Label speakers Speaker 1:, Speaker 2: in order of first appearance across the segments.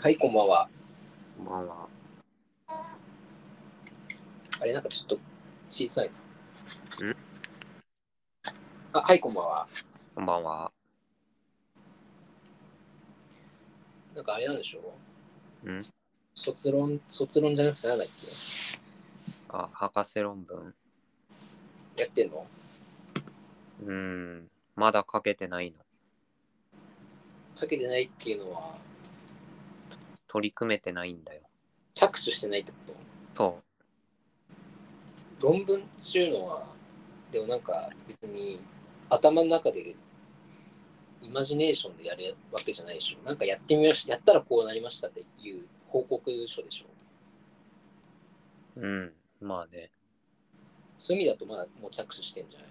Speaker 1: はい、こんばんは。
Speaker 2: こんばんは。
Speaker 1: あれ、なんかちょっと小さいな。あ、はい、こんばんは。
Speaker 2: こんばんは。
Speaker 1: なんかあれなんでしょうん卒論、卒論じゃなくてなんだっ
Speaker 2: あ、博士論文。
Speaker 1: けやってんの
Speaker 2: うーん。まだ書けてないの。
Speaker 1: かけてないっていうのは、
Speaker 2: 取り組めてないんだよ。
Speaker 1: 着手してないってこ
Speaker 2: そ
Speaker 1: と論文っていうのは、でもなんか別に頭の中でイマジネーションでやるわけじゃないでしょ。なんかやってみましやったらこうなりましたっていう報告書でしょ。
Speaker 2: う。うん。まあね。
Speaker 1: そういう意味だとまだもう着手してんじゃない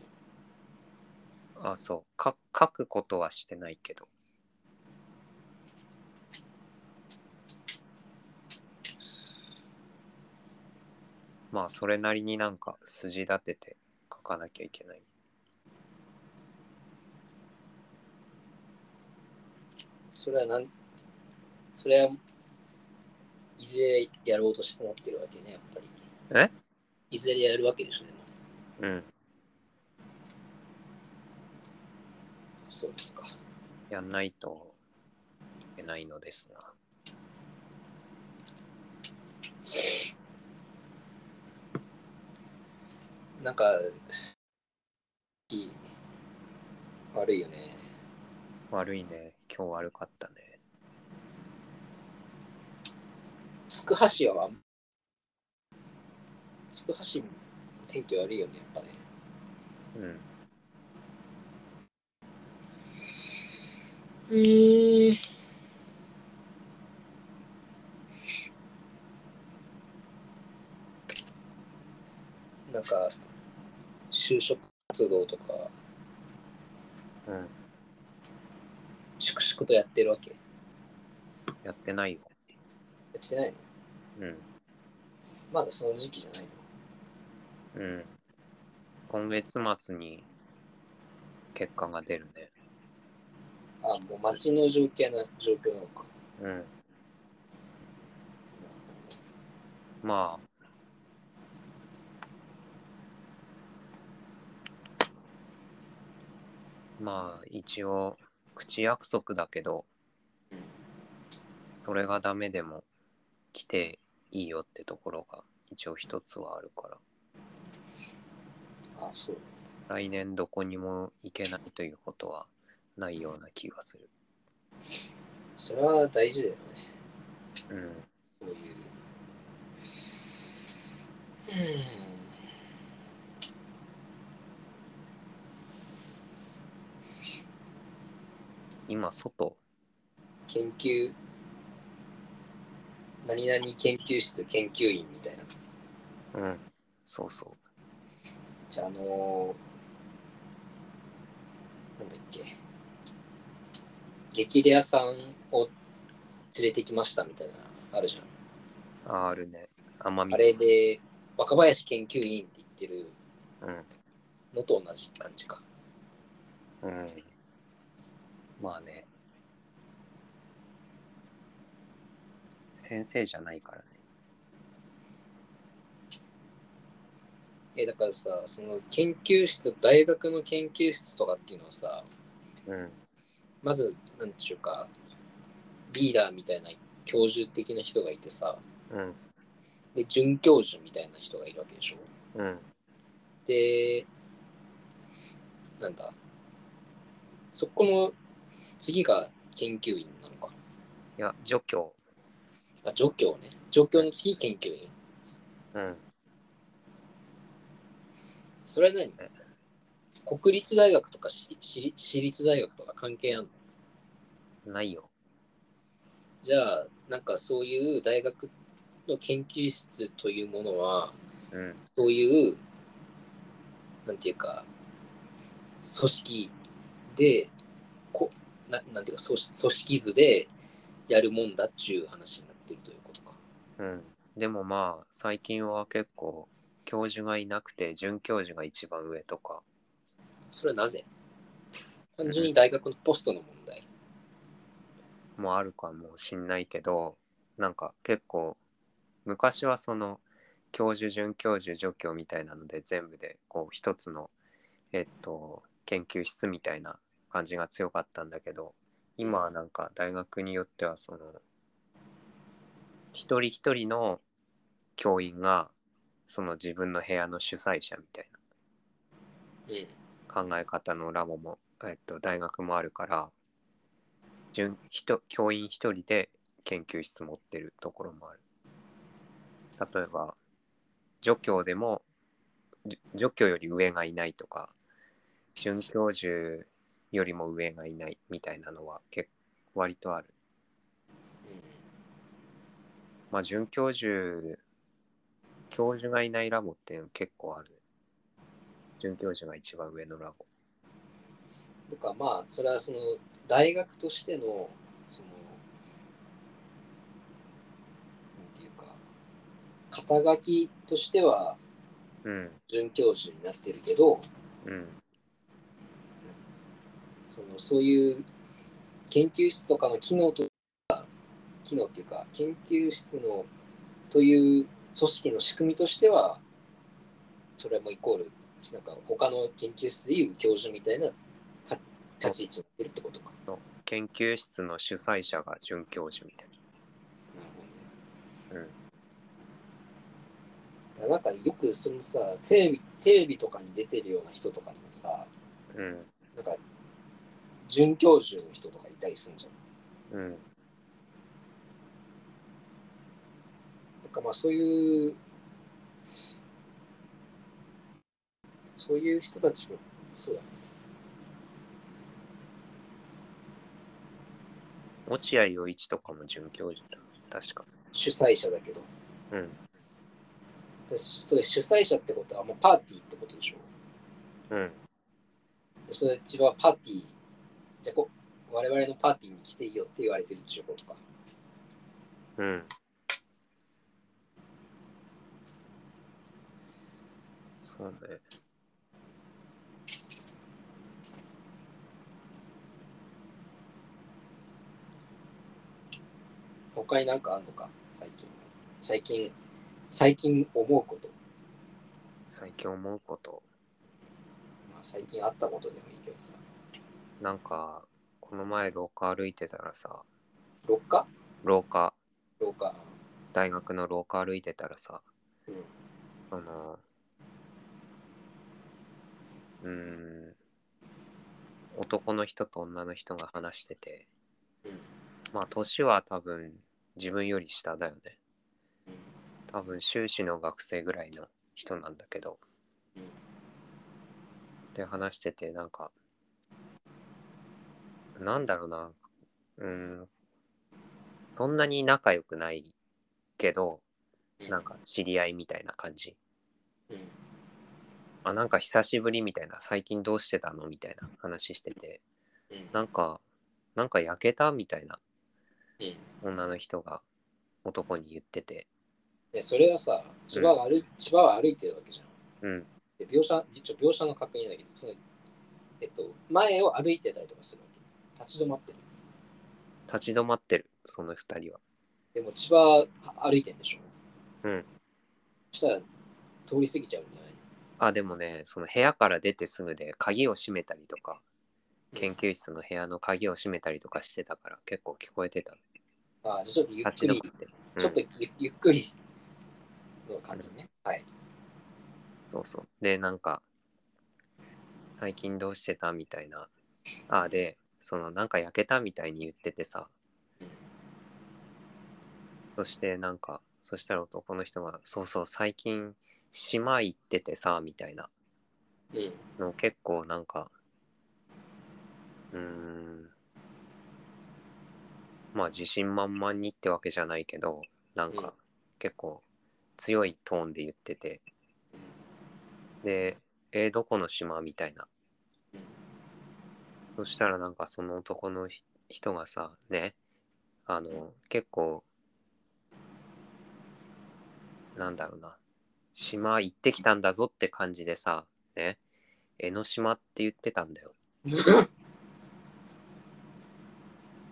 Speaker 2: あ、そう。か書くことはしてないけど。まあ、それなりになんか筋立てて書かなきゃいけない。
Speaker 1: それはなん、それはいずれやろうとして思ってるわけね、やっぱり。
Speaker 2: え
Speaker 1: いずれやるわけでしょ、でも。
Speaker 2: うん。
Speaker 1: そうですか。
Speaker 2: やんないといけないのですな。
Speaker 1: なんか、いい悪いよね。
Speaker 2: 悪いね。今日悪かったね。
Speaker 1: つくは市は、つくは市も天気悪いよね、やっぱね。
Speaker 2: うん。
Speaker 1: うーん。なんか、就職活動とか、
Speaker 2: うん。
Speaker 1: 粛々とやってるわけ。や
Speaker 2: やってないよ。
Speaker 1: ってないの
Speaker 2: うん。
Speaker 1: まだその時期じゃないの
Speaker 2: うん。今月末に結果が出るね。
Speaker 1: あ、もう街の状況な状況なのか。
Speaker 2: うん。まあ。まあ、一応、口約束だけど、それがダメでも来ていいよってところが一応一つはあるから。
Speaker 1: あ、そう。
Speaker 2: 来年どこにも行けないということはないような気がする。
Speaker 1: それは大事だよね。
Speaker 2: うん。
Speaker 1: そういう。
Speaker 2: 今、外
Speaker 1: 研究、何々研究室研究員みたいな。
Speaker 2: うん。そうそ
Speaker 1: じゃあ、あのーなんだっけ。激レアさんを連れてきましたみたいな、あるじゃん。
Speaker 2: う。ああるね。甘み。
Speaker 1: あれで若林研究員って言ってる
Speaker 2: うん。
Speaker 1: のと同じ感じか。
Speaker 2: うん。まあね。先生じゃないからね。
Speaker 1: え、だからさ、その研究室、大学の研究室とかっていうのはさ、
Speaker 2: うん。
Speaker 1: まず、なんていうか、リーダーみたいな教授的な人がいてさ、
Speaker 2: うん。
Speaker 1: で、准教授みたいな人がいるわけでしょ。
Speaker 2: うん。
Speaker 1: で、なんだ、そこの次が研究員なのか。
Speaker 2: いや、助教。
Speaker 1: あ、助教ね。助教の次研究員。
Speaker 2: うん。
Speaker 1: それは何国立大学とか私私立私立大学とか関係あんの
Speaker 2: ないよ。
Speaker 1: じゃあなんかそういう大学の研究室というものは
Speaker 2: うん。
Speaker 1: そういうなんていうか組織でこななんていうか組織組織図でやるもんだっちゅう話になってるということか。
Speaker 2: うん。でもまあ、最近は結構、教授がいなくて、准教授が一番上とか。
Speaker 1: それはなぜ単純に大学のポストの問題。
Speaker 2: もあるかもしんないけどなんか結構昔はその教授准教授助教みたいなので全部でこう一つの、えっと、研究室みたいな感じが強かったんだけど今はなんか大学によってはその一人一人の教員がその自分の部屋の主催者みたいな
Speaker 1: うん。
Speaker 2: 考え方のラボも、えっと、大学もあるから準人教員一人で研究室持ってるところもある例えば助教でもじ助教より上がいないとか准教授よりも上がいないみたいなのは結割とあるまあ准教授教授がいないラボっていうの結構ある准教授が一番上のラボ
Speaker 1: うん。だからまあ、それはその、大学としての、その、なんていうか、肩書きとしては、
Speaker 2: うん
Speaker 1: 准教授になってるけど、
Speaker 2: うん
Speaker 1: そのそういう研究室とかの機能とか、機能っていうか、研究室のという組織の仕組みとしては、それもイコール、なんか他の研究室でいう教授みたいなた立ち位置になってるってことか。
Speaker 2: の研究室の主催者が准教授みたい
Speaker 1: なるほどね。
Speaker 2: な。
Speaker 1: だからなんかよくそのさテレビ、テレビとかに出てるような人とかにもさ、
Speaker 2: うん。
Speaker 1: なんか、准教授の人とかいたりするんじゃん。
Speaker 2: うん。うん。
Speaker 1: なんかまあそういう、そういう人たちも、そうだね。
Speaker 2: 落合陽一とかも准教授だ。確か。
Speaker 1: 主催者だけど。
Speaker 2: うん。
Speaker 1: でそそれ主催者ってことはもうパーティーってことでしょ。
Speaker 2: うん。
Speaker 1: でそれ自分はパーティー、じゃあこ我々のパーティーに来ていいよって言われてるっていうことか。
Speaker 2: うん。そうね。
Speaker 1: 他になんかあんのか、最近。最近、最近思うこと。
Speaker 2: 最近思うこと。
Speaker 1: まあ、最近あったことでもいいけどさ。
Speaker 2: なんか、この前廊下歩いてたらさ、
Speaker 1: 廊下
Speaker 2: 廊下、
Speaker 1: 廊下。
Speaker 2: 大学の廊下歩いてたらさ、
Speaker 1: うん。
Speaker 2: そのうーん男の人と女の人が話してて
Speaker 1: うん。うん
Speaker 2: まあ年は多分自分より下だよね多分修士の学生ぐらいの人なんだけど
Speaker 1: うん。
Speaker 2: で話しててなんかなんだろうなうーんそんなに仲良くないけど
Speaker 1: うん
Speaker 2: なんか知り合いみたいな感じ
Speaker 1: うん。
Speaker 2: あなんか久しぶりみたいな最近どうしてたのみたいな話してて
Speaker 1: うん。
Speaker 2: なんか、なんか焼けたみたいな
Speaker 1: うん
Speaker 2: 女の人が男に言ってて。
Speaker 1: でそれはさ、千葉が歩,、千葉は歩いてるわけじゃん。
Speaker 2: うん。
Speaker 1: で描写、一応描写の確認だけど、そのえっと、前を歩いてたりとかするわけ。立ち止まってる。
Speaker 2: 立ち止まってる、その二人は。
Speaker 1: でも千葉は歩いてんでしょ。
Speaker 2: うん。
Speaker 1: そしたら通り過ぎちゃうんじゃない
Speaker 2: あ、でもね、その部屋から出てすぐで鍵を閉めたりとか、研究室の部屋の鍵を閉めたりとかしてたから結構聞こえてた。
Speaker 1: ああ、じゃあちょっとゆっ
Speaker 2: 立
Speaker 1: く
Speaker 2: ち止ま
Speaker 1: り、
Speaker 2: って。
Speaker 1: ちょっと
Speaker 2: うん、
Speaker 1: ゆゆっくりの感じね。はい。
Speaker 2: そうそう。で、なんか、最近どうしてたみたいな。あ、で、そのなんか焼けたみたいに言っててさ。そしてなんかそしたら男の人が「そうそう最近島行っててさ」みたいな
Speaker 1: うん。
Speaker 2: の結構なんかうーんまあ自信満々にってわけじゃないけどなん
Speaker 1: うん
Speaker 2: か結構強いトーンで言っててで「えーどこの島?」みたいな
Speaker 1: うん。
Speaker 2: そしたらなんかその男のひ人がさねあの結構なんだろうな島行ってきたんだぞって感じでさね江ノ島って言ってたんだよ
Speaker 1: うん。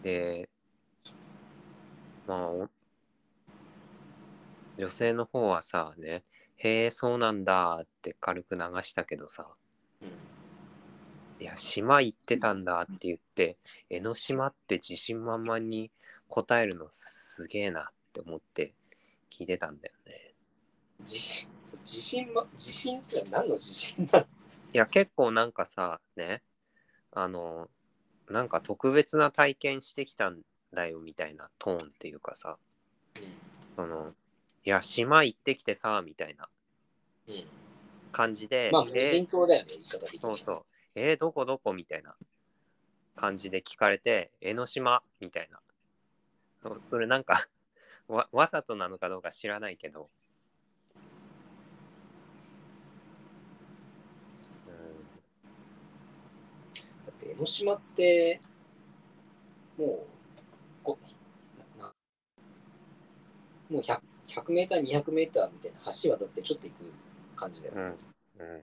Speaker 2: でまあお女性の方はさね「へえそうなんだ」って軽く流したけどさ
Speaker 1: うん。
Speaker 2: 「いや島行ってたんだ」って言って「江ノ島」って自信満々に答えるのすすげえなって思って聞いてたんだよね。
Speaker 1: 自信、自信ま、自信って何の自信なの
Speaker 2: いや結構なんかさねあのなんか特別な体験してきたんだよみたいなトーンっていうかさその「いや島行ってきてさ」みたいな
Speaker 1: うん。うん。
Speaker 2: 感じで「
Speaker 1: まあ、無
Speaker 2: え
Speaker 1: 人島だよね、言い方的に。
Speaker 2: そうそう。えーどこどこみたいな感じで聞かれて、江ノ島みたいな。そそれなんか わ、わざとなのかどうか知らないけど。うん
Speaker 1: だって江ノ島ってもうこななもう 100, 100メーター200メーターみたいな橋渡ってちょっと行く感じだよ、ね
Speaker 2: うん。うん。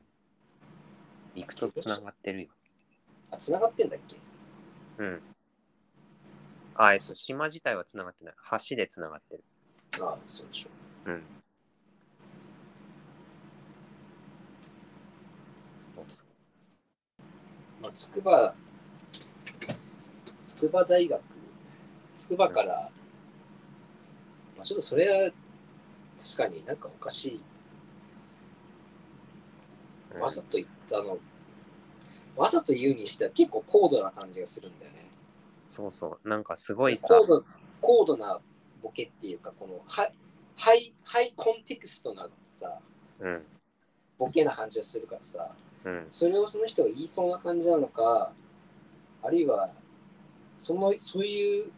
Speaker 2: 行くとつながってるよ。
Speaker 1: あ繋がってんだっけ
Speaker 2: うん。あ、えっと、島自体はつながってない。橋でつながってる。
Speaker 1: ああそうでしょ
Speaker 2: うん。そうそう。
Speaker 1: まあ筑波筑波大学筑波から、まあ、ちょっとそれは確かになんかおかしい
Speaker 2: うん
Speaker 1: わざと言ったの、わざと言うにしては結構高度な感じがするんだよね
Speaker 2: そうそう。なんかすごいさ。
Speaker 1: 高度高度なボケっていうかこのハイハイハイコンテクストなさ
Speaker 2: うん。
Speaker 1: ボケな感じがするからさ
Speaker 2: うん。
Speaker 1: それをその人が言いそうな感じなのかあるいはそのそういう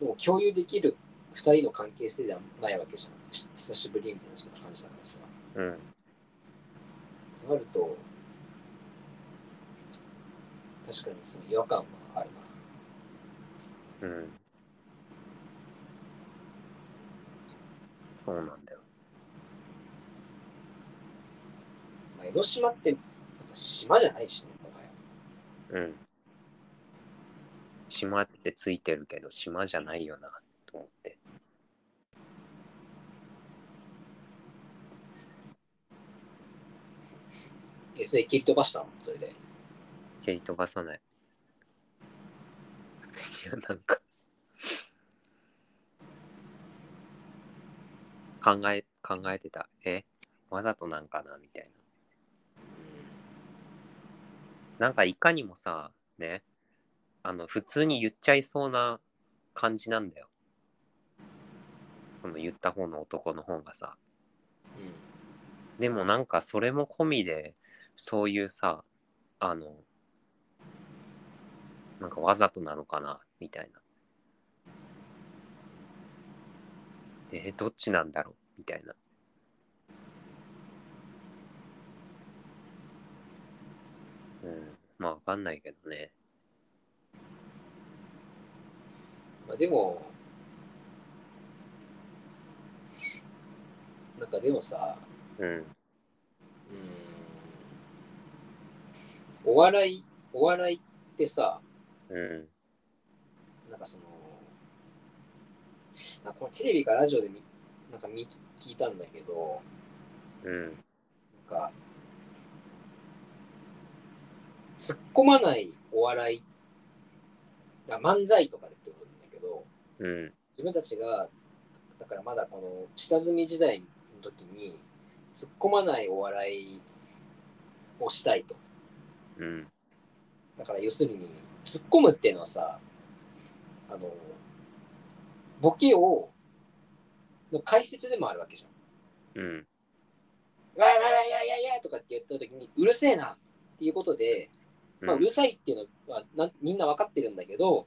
Speaker 1: のを共有できる2人の関係性ではないわけじゃんし久しぶりみたいなそんな感じだからさ
Speaker 2: うん。
Speaker 1: となると確かにその違和感はあるな
Speaker 2: うん。そうなんだよ。
Speaker 1: まあ江ノ島ってなんか島じゃないしねもはや
Speaker 2: うん。島ってついてるけど、島じゃないよな、と思って。
Speaker 1: えそれ切り飛ばしたのそれで
Speaker 2: 蹴り飛ばさない。いや、なんか考え、考えてた。えわざとなんかなみたいな。なんかいかにもさ、ね、あの、普通に言っちゃいそうな感じなんだよ。この言った方の男の方がさ。
Speaker 1: うん
Speaker 2: でもなんかそれも込みで、そういうさ、あの、なんかわざとなのかな、みたいな。で、えどっちなんだろうみたいな。うん、まあわかんないけどね。
Speaker 1: まあ、でもなんかでもさ
Speaker 2: うん。
Speaker 1: うーんお笑いお笑いってさ
Speaker 2: うん。
Speaker 1: なんかそのなんかこのテレビかラジオで見なんか見聞いたんだけど
Speaker 2: うん。
Speaker 1: なんか突っ込まないお笑いだ漫才とかでってことなんだけど、
Speaker 2: うん。
Speaker 1: 自分たちがだからまだこの下積み時代の時に突っ込まないお笑いをしたいと
Speaker 2: うん。
Speaker 1: だから要するに突っ込むっていうのはさあのボケをの解説でもあるわけじゃん
Speaker 2: うん。
Speaker 1: 「わいわいわいやいやいや」とかって言った時に「うるせえな」っていうことで、まあ、うるさいっていうのはなんみんな分かってるんだけど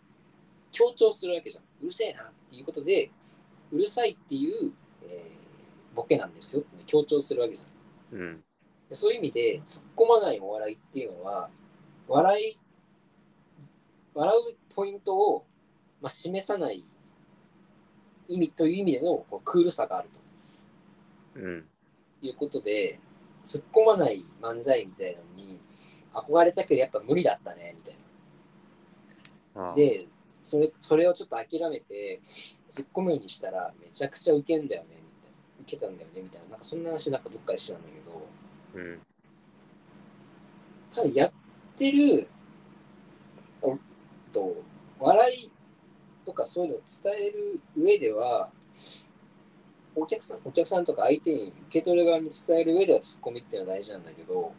Speaker 1: 強調するわけじゃんうるせえなっていうことでうるさいっていう、えーボケなんですよって強調するわけじゃん
Speaker 2: うん。
Speaker 1: でそういう意味で突っ込まないお笑いっていうのは笑い笑うポイントを、まあ、示さない意味という意味でのこうクールさがあると
Speaker 2: うん。
Speaker 1: いうことで突っ込まない漫才みたいなのに憧れたけどやっぱ無理だったねみたいな
Speaker 2: ああ
Speaker 1: でそれそれをちょっと諦めて突っ込むようにしたらめちゃくちゃウケんだよねみたいなウケたんだよねみたいななんかそんな話なんかどっかでしてたんだけど
Speaker 2: うん。
Speaker 1: ただやってるおと笑いとかそういうのを伝える上ではお客さんお客さんとか相手に受け取る側に伝える上ではツッコミっていうのは大事なんだけど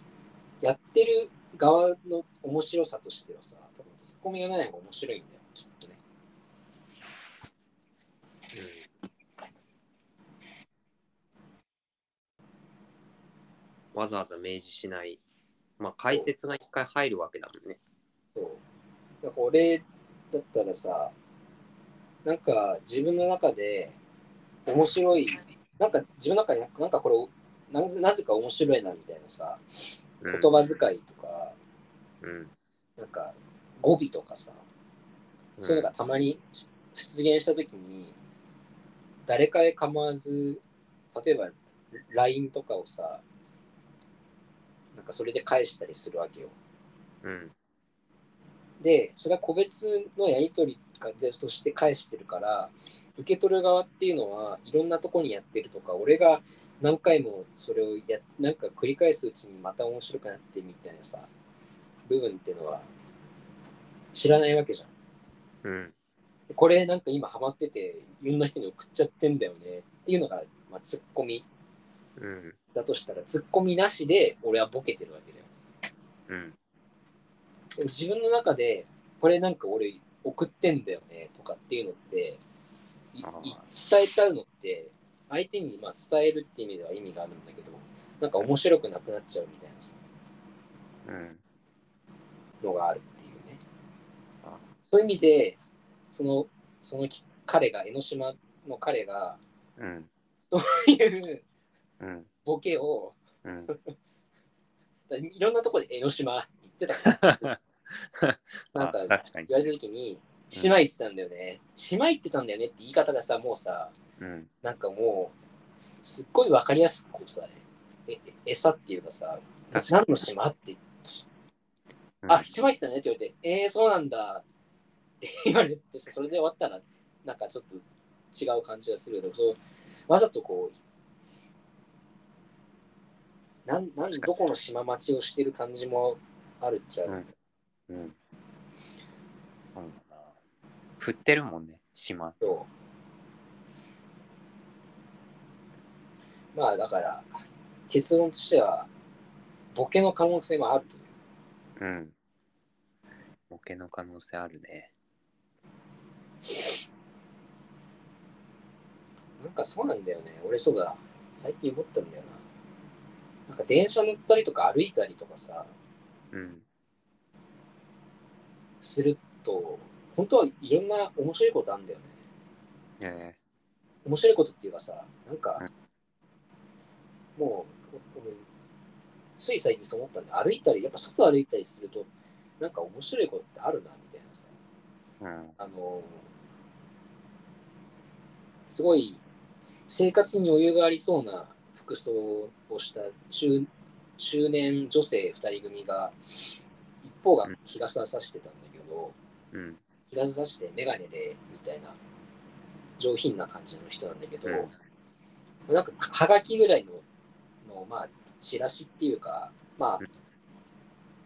Speaker 1: やってる側の面白さとしてはさ多分ツッコミがない方が面白いんだよきっとね。
Speaker 2: わざわざ明示しない。まあ、解説が一回入るわけだもんね。
Speaker 1: そう。なんか俺だったらさ、なんか自分の中で面白い、なんか自分の中になんかこれなぜ、なぜか面白いなみたいなさ、
Speaker 2: う
Speaker 1: 言
Speaker 2: ん
Speaker 1: 葉遣いとか、
Speaker 2: うん。
Speaker 1: なんか語尾とかさ、そういうのがたまにし出現したときに、誰かへ構わず、例えば LINE とかをさ、なんかそれで返したりするわけよ。
Speaker 2: うん。
Speaker 1: で、それは個別のやり取りとして返してるから、受け取る側っていうのはいろんなとこにやってるとか、俺が何回もそれをやなんか繰り返すうちにまた面白くなってみたいなさ、部分っていうのは知らないわけじゃん。
Speaker 2: うん。
Speaker 1: これなんか今ハマってて、いろんな人に送っちゃってんだよねっていうのが、まあ、ツッコミ
Speaker 2: うん。
Speaker 1: だとしたら、ツッコミなしで俺はボケてるわけだよ。
Speaker 2: うん。
Speaker 1: でも自分の中でこれなんか俺送ってんだよねとかっていうのっていい
Speaker 2: あ
Speaker 1: 伝えちゃうのって相手にまあ伝えるって意味では意味があるんだけどなんか面白くなくなっちゃうみたいなさ
Speaker 2: うん。
Speaker 1: のがあるっていうね
Speaker 2: あ
Speaker 1: そういう意味でそのそのき彼が江ノ島の彼が
Speaker 2: うん。
Speaker 1: こういう
Speaker 2: うん。
Speaker 1: ボケを
Speaker 2: うん。
Speaker 1: だいろんなところで江ノ島って言ってたから なんか
Speaker 2: あ確かに。
Speaker 1: 言われた時に「島行ってたんだよね」島行ってたんだよね」って言い方がさもうさ
Speaker 2: うん。
Speaker 1: なんかもう、すっごいわかりやすくこうさ、え、え餌っていうかさ、
Speaker 2: 確か
Speaker 1: 何の島って、
Speaker 2: うん
Speaker 1: あ、島行ってたねって言われて、えー、そうなんだって言われてさ、それで終わったら、なんかちょっと違う感じがするけど、そうわざとこう、なん、なん、
Speaker 2: 確かに
Speaker 1: どこの島町をしてる感じもあるっちゃう。
Speaker 2: うんに。うん。そうだな振ってるもんね、島。
Speaker 1: そう。まあだから、結論としては、ボケの可能性もあるという。
Speaker 2: うん。ボケの可能性あるね。
Speaker 1: なんかそうなんだよね。俺そうだ。最近思ったんだよな。なんか電車乗ったりとか歩いたりとかさ、
Speaker 2: うん。
Speaker 1: すると、本当はいろんな面白いことあるんだよね。
Speaker 2: え
Speaker 1: 面白いことっていうかさ、なんか
Speaker 2: う、
Speaker 1: もう、お俺、つい最近そう思ったんで、歩いたり、やっぱ外歩いたりすると、なんか面白いことってあるな、みたいなさ。
Speaker 2: えうん。
Speaker 1: あのすごい生活に余裕がありそうな服装をした中中年女性2人組が一方が日傘さしてたんだけど
Speaker 2: うん。
Speaker 1: 日傘さして眼鏡でみたいな上品な感じの人なんだけど、なんかはがきぐらいのの、まあ、チラシっていうか、まあ
Speaker 2: うん、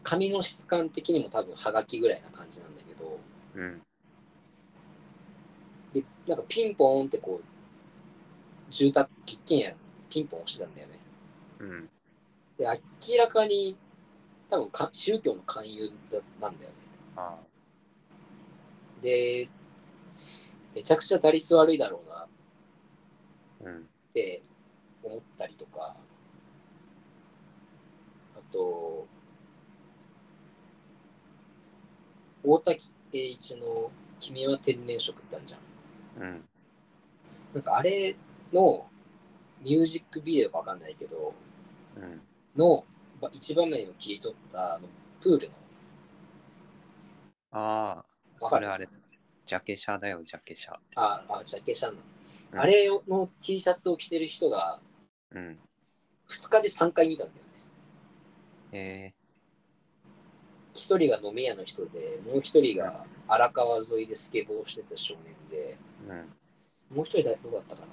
Speaker 1: 紙の質感的にも多分はがきぐらいな感じなんだけど、
Speaker 2: うん。
Speaker 1: で、なんかピンポーンってこう、住宅、一軒家、ピンポン押してたんだよね。
Speaker 2: うん。
Speaker 1: で、明らかに、多分か宗教の勧誘だなんだよね。
Speaker 2: あ
Speaker 1: で、めちゃくちゃ打率悪いだろうなっ
Speaker 2: あ。うん。
Speaker 1: て思ったりとか、あと、大滝栄一の「君は天然色」ってあるじゃん。
Speaker 2: うん。
Speaker 1: なんかあれのミュージックビデオかわかんないけど、
Speaker 2: うん。
Speaker 1: のば一場面を切り取ったあのプールの
Speaker 2: ああ。
Speaker 1: わか
Speaker 2: そ
Speaker 1: る
Speaker 2: れあれ。ジャケシャだよ、ジャケシャ。
Speaker 1: ああジャケシャンの、
Speaker 2: うん
Speaker 1: あれの T シャツを着てる人が
Speaker 2: うん。
Speaker 1: 2日で3回見たんだよね
Speaker 2: え
Speaker 1: 一人が飲み屋の人で、もう一人が荒川沿いでスケボーをしてた少年で、
Speaker 2: うん。
Speaker 1: もう一人だどうだったかな。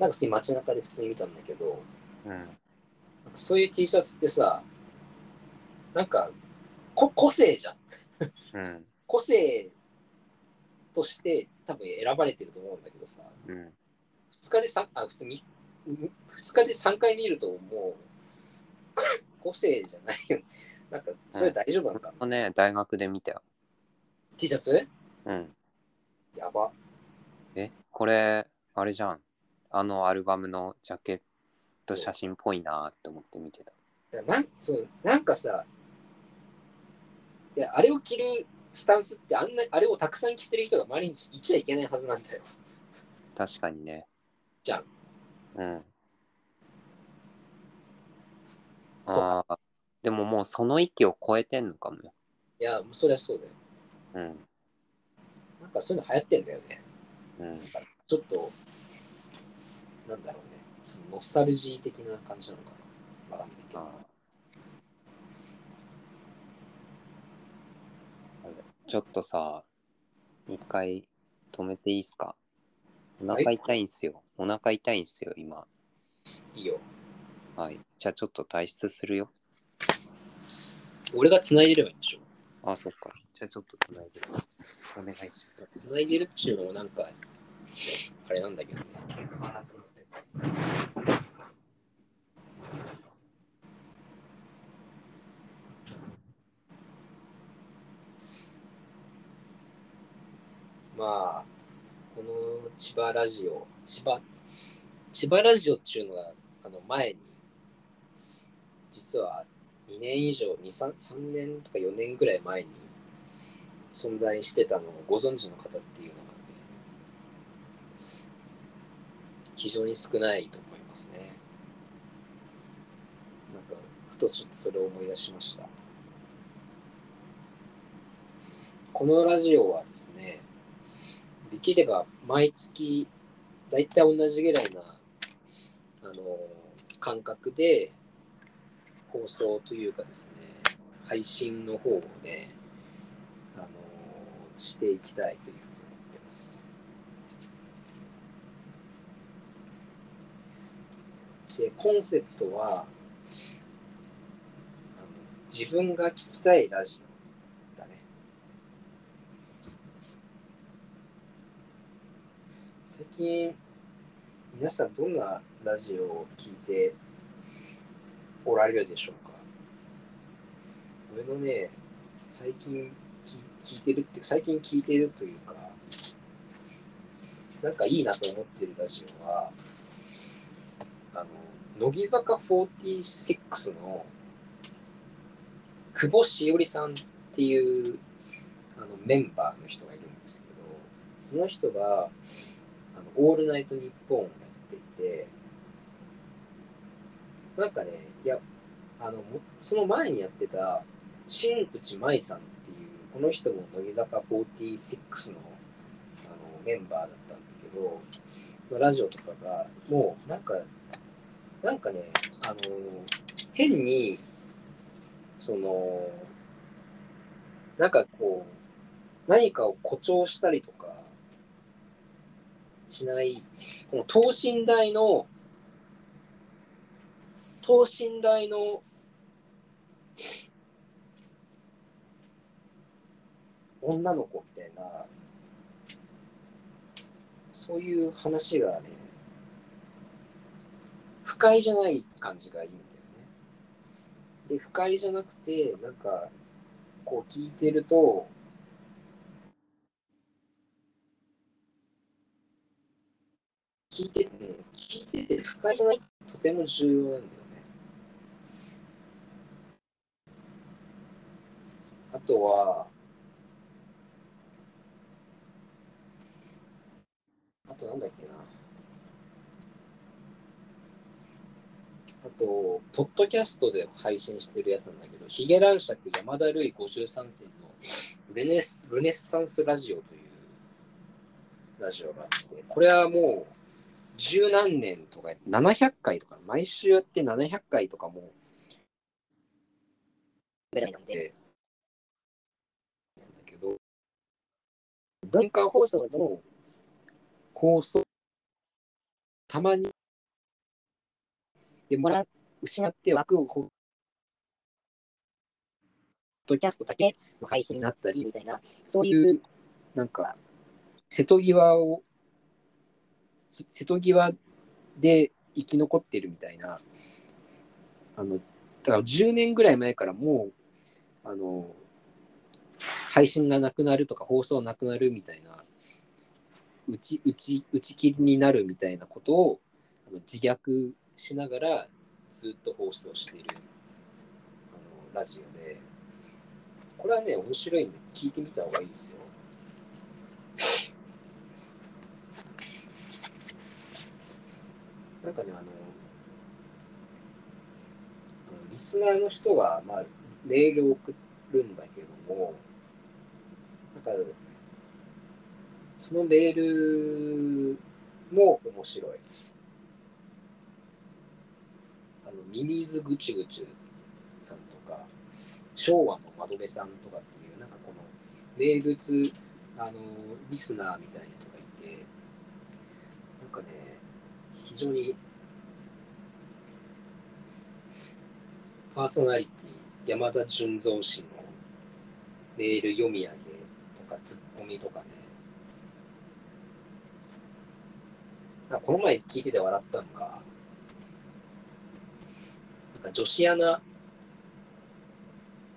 Speaker 1: なんか普通に街中で普通に見たんだけど、
Speaker 2: うん。
Speaker 1: なんかそういう T シャツってさ、なんかこ個性じゃん。
Speaker 2: うん。
Speaker 1: 個性として多分選ばれてると思うんだけどさ、
Speaker 2: うん。
Speaker 1: 2日で3、あ、普通に、2日で3回見るともう、 個性じゃないよ。 なんか、それ大丈夫なのか
Speaker 2: 俺
Speaker 1: な、
Speaker 2: もね、大学で見たよ。
Speaker 1: ?T シャツ
Speaker 2: うん。
Speaker 1: やば。
Speaker 2: え、これ、あれじゃん。あのアルバムのジャケット写真っぽいなーって思って見てた。
Speaker 1: いやなんそうなんかさいや、あれを着るスタンスってあんな、あれをたくさん着てる人が毎日いちゃいけないはずなんだよ。
Speaker 2: 確かにね。
Speaker 1: じゃん。
Speaker 2: うん。ああ、でももうその域を超えてんのかもよ。
Speaker 1: いや、もうそりゃそうだよ。
Speaker 2: うん。
Speaker 1: なんかそういうの流行ってんだよね。
Speaker 2: うん。
Speaker 1: ちょっと、なんだろうね、そのノスタルジー的な感じなのかな。わかんないけど。
Speaker 2: あーちょっとさ、一回止めていいですかお腹痛いんすよ。お腹痛いんすよ、今。
Speaker 1: いいよ。
Speaker 2: はい。じゃあちょっと退出するよ。
Speaker 1: 俺が繋いでればいいんでしょ。
Speaker 2: あ、そっか。じゃあちょっとつないで。お願いします。
Speaker 1: 繋いでるっていうのもなんか、あれなんだけどね。まあ、この千葉ラジオ、千葉、千葉ラジオっていうのは、あの前に、実は2年以上、2、3, 3年とか4年ぐらい前に存在してたのをご存知の方っていうのはね、非常に少ないと思いますね。なんか、ふとちょっとそれを思い出しました。このラジオはですね、できれば毎月大体同じぐらいなあの感覚で放送というかですね配信の方をねあのしていきたいというふうに思ってます。でコンセプトはあの自分が聞きたいラジオだね。最近皆さんどんなラジオを聞いておられるでしょうか俺のね最近聞聞いてるって最近聞いてるというかなんかいいなと思ってるラジオはあの乃木坂46の久保しおりさんっていうあのメンバーの人がいるんですけどその人があの「オールナイトニッポン」をやっていてなんかねいやあのもその前にやってた新内舞さんっていうこの人も乃木坂46のあのメンバーだったんだけどまあラジオとかがもうなんかなんかねあの変にそのなんかこう何かを誇張したりとかしない、この等身大の、等身大の、女の子みたいな、そういう話がね、不快じゃない感じがいいんだよね。で、不快じゃなくて、なんか、こう聞いてると、聞いてて、聞いてて不快じゃないとても重要なんだよね。あとは、あとなんだっけな。あと、ポッドキャストで配信してるやつなんだけど、ヒゲ男爵山田るい53世のルネスルネッサンスラジオというラジオがあって、これはもう、十何年とか700回とか毎週やって700回とかもぐらいなんで、なんだけど、文化放送の放送、たまに、でもらう、失って枠をこう、ポッドキャストだけの配信になったりみたいな、そういう、なんか、瀬戸際を、せ瀬戸際で生き残ってるみたいな、あの、だから10年ぐらい前からもう、あの、配信がなくなるとか放送なくなるみたいな、打ち、打ち、打ち切りになるみたいなことをあの自虐しながらずっと放送してる、あの、ラジオで、これはね、面白いんで聞いてみた方がいいですよ。なんかね、あの、あのリスナーの人が、まあ、メールを送るんだけども、なんか、そのメールも面白い。あの、ミミズぐちぐちさんとか、昭和の窓辺さんとかっていう、なんかこの名物、あの、リスナーみたいな人がいて、なんかね、非常にパーソナリティ山田純三氏のメール読み上げとかツッコミとかねなんかこの前聞いてて笑ったのがなんか女子アナ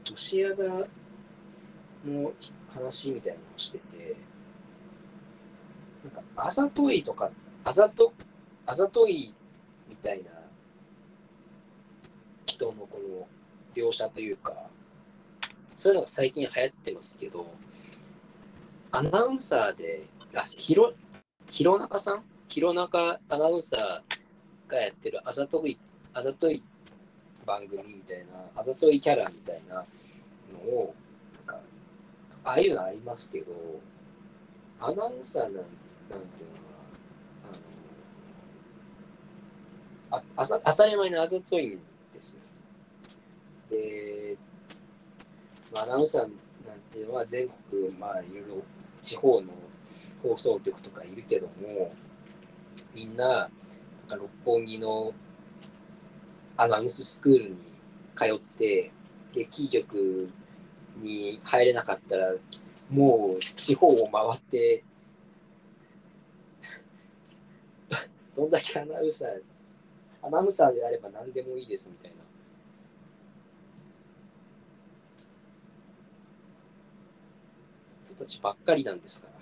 Speaker 1: 女子アナの話みたいなのをしててなんかあざといとかあざとあざといみたいな人のこの描写というか、そういうのが最近流行ってますけど、アナウンサーで、あ、ひろ、ひろなかさんひろなかアナウンサーがやってるあざとい、あざとい番組みたいな、あざといキャラみたいなのを、なんか、ああいうのありますけど、アナウンサーなんなんていうのは、あの、ああざ当たり前のあざといんですよ。で、まあ、アナウンサーなんていうのは全国、まあ、いろいろ地方の放送局とかいるけども、みんな、なんか六本木のアナウンススクールに通って、で、キー局に入れなかったら、もう地方を回って、 どんだけアナウンサーアナウンサーであれば何でもいいですみたいな。人たちばっかりなんですから。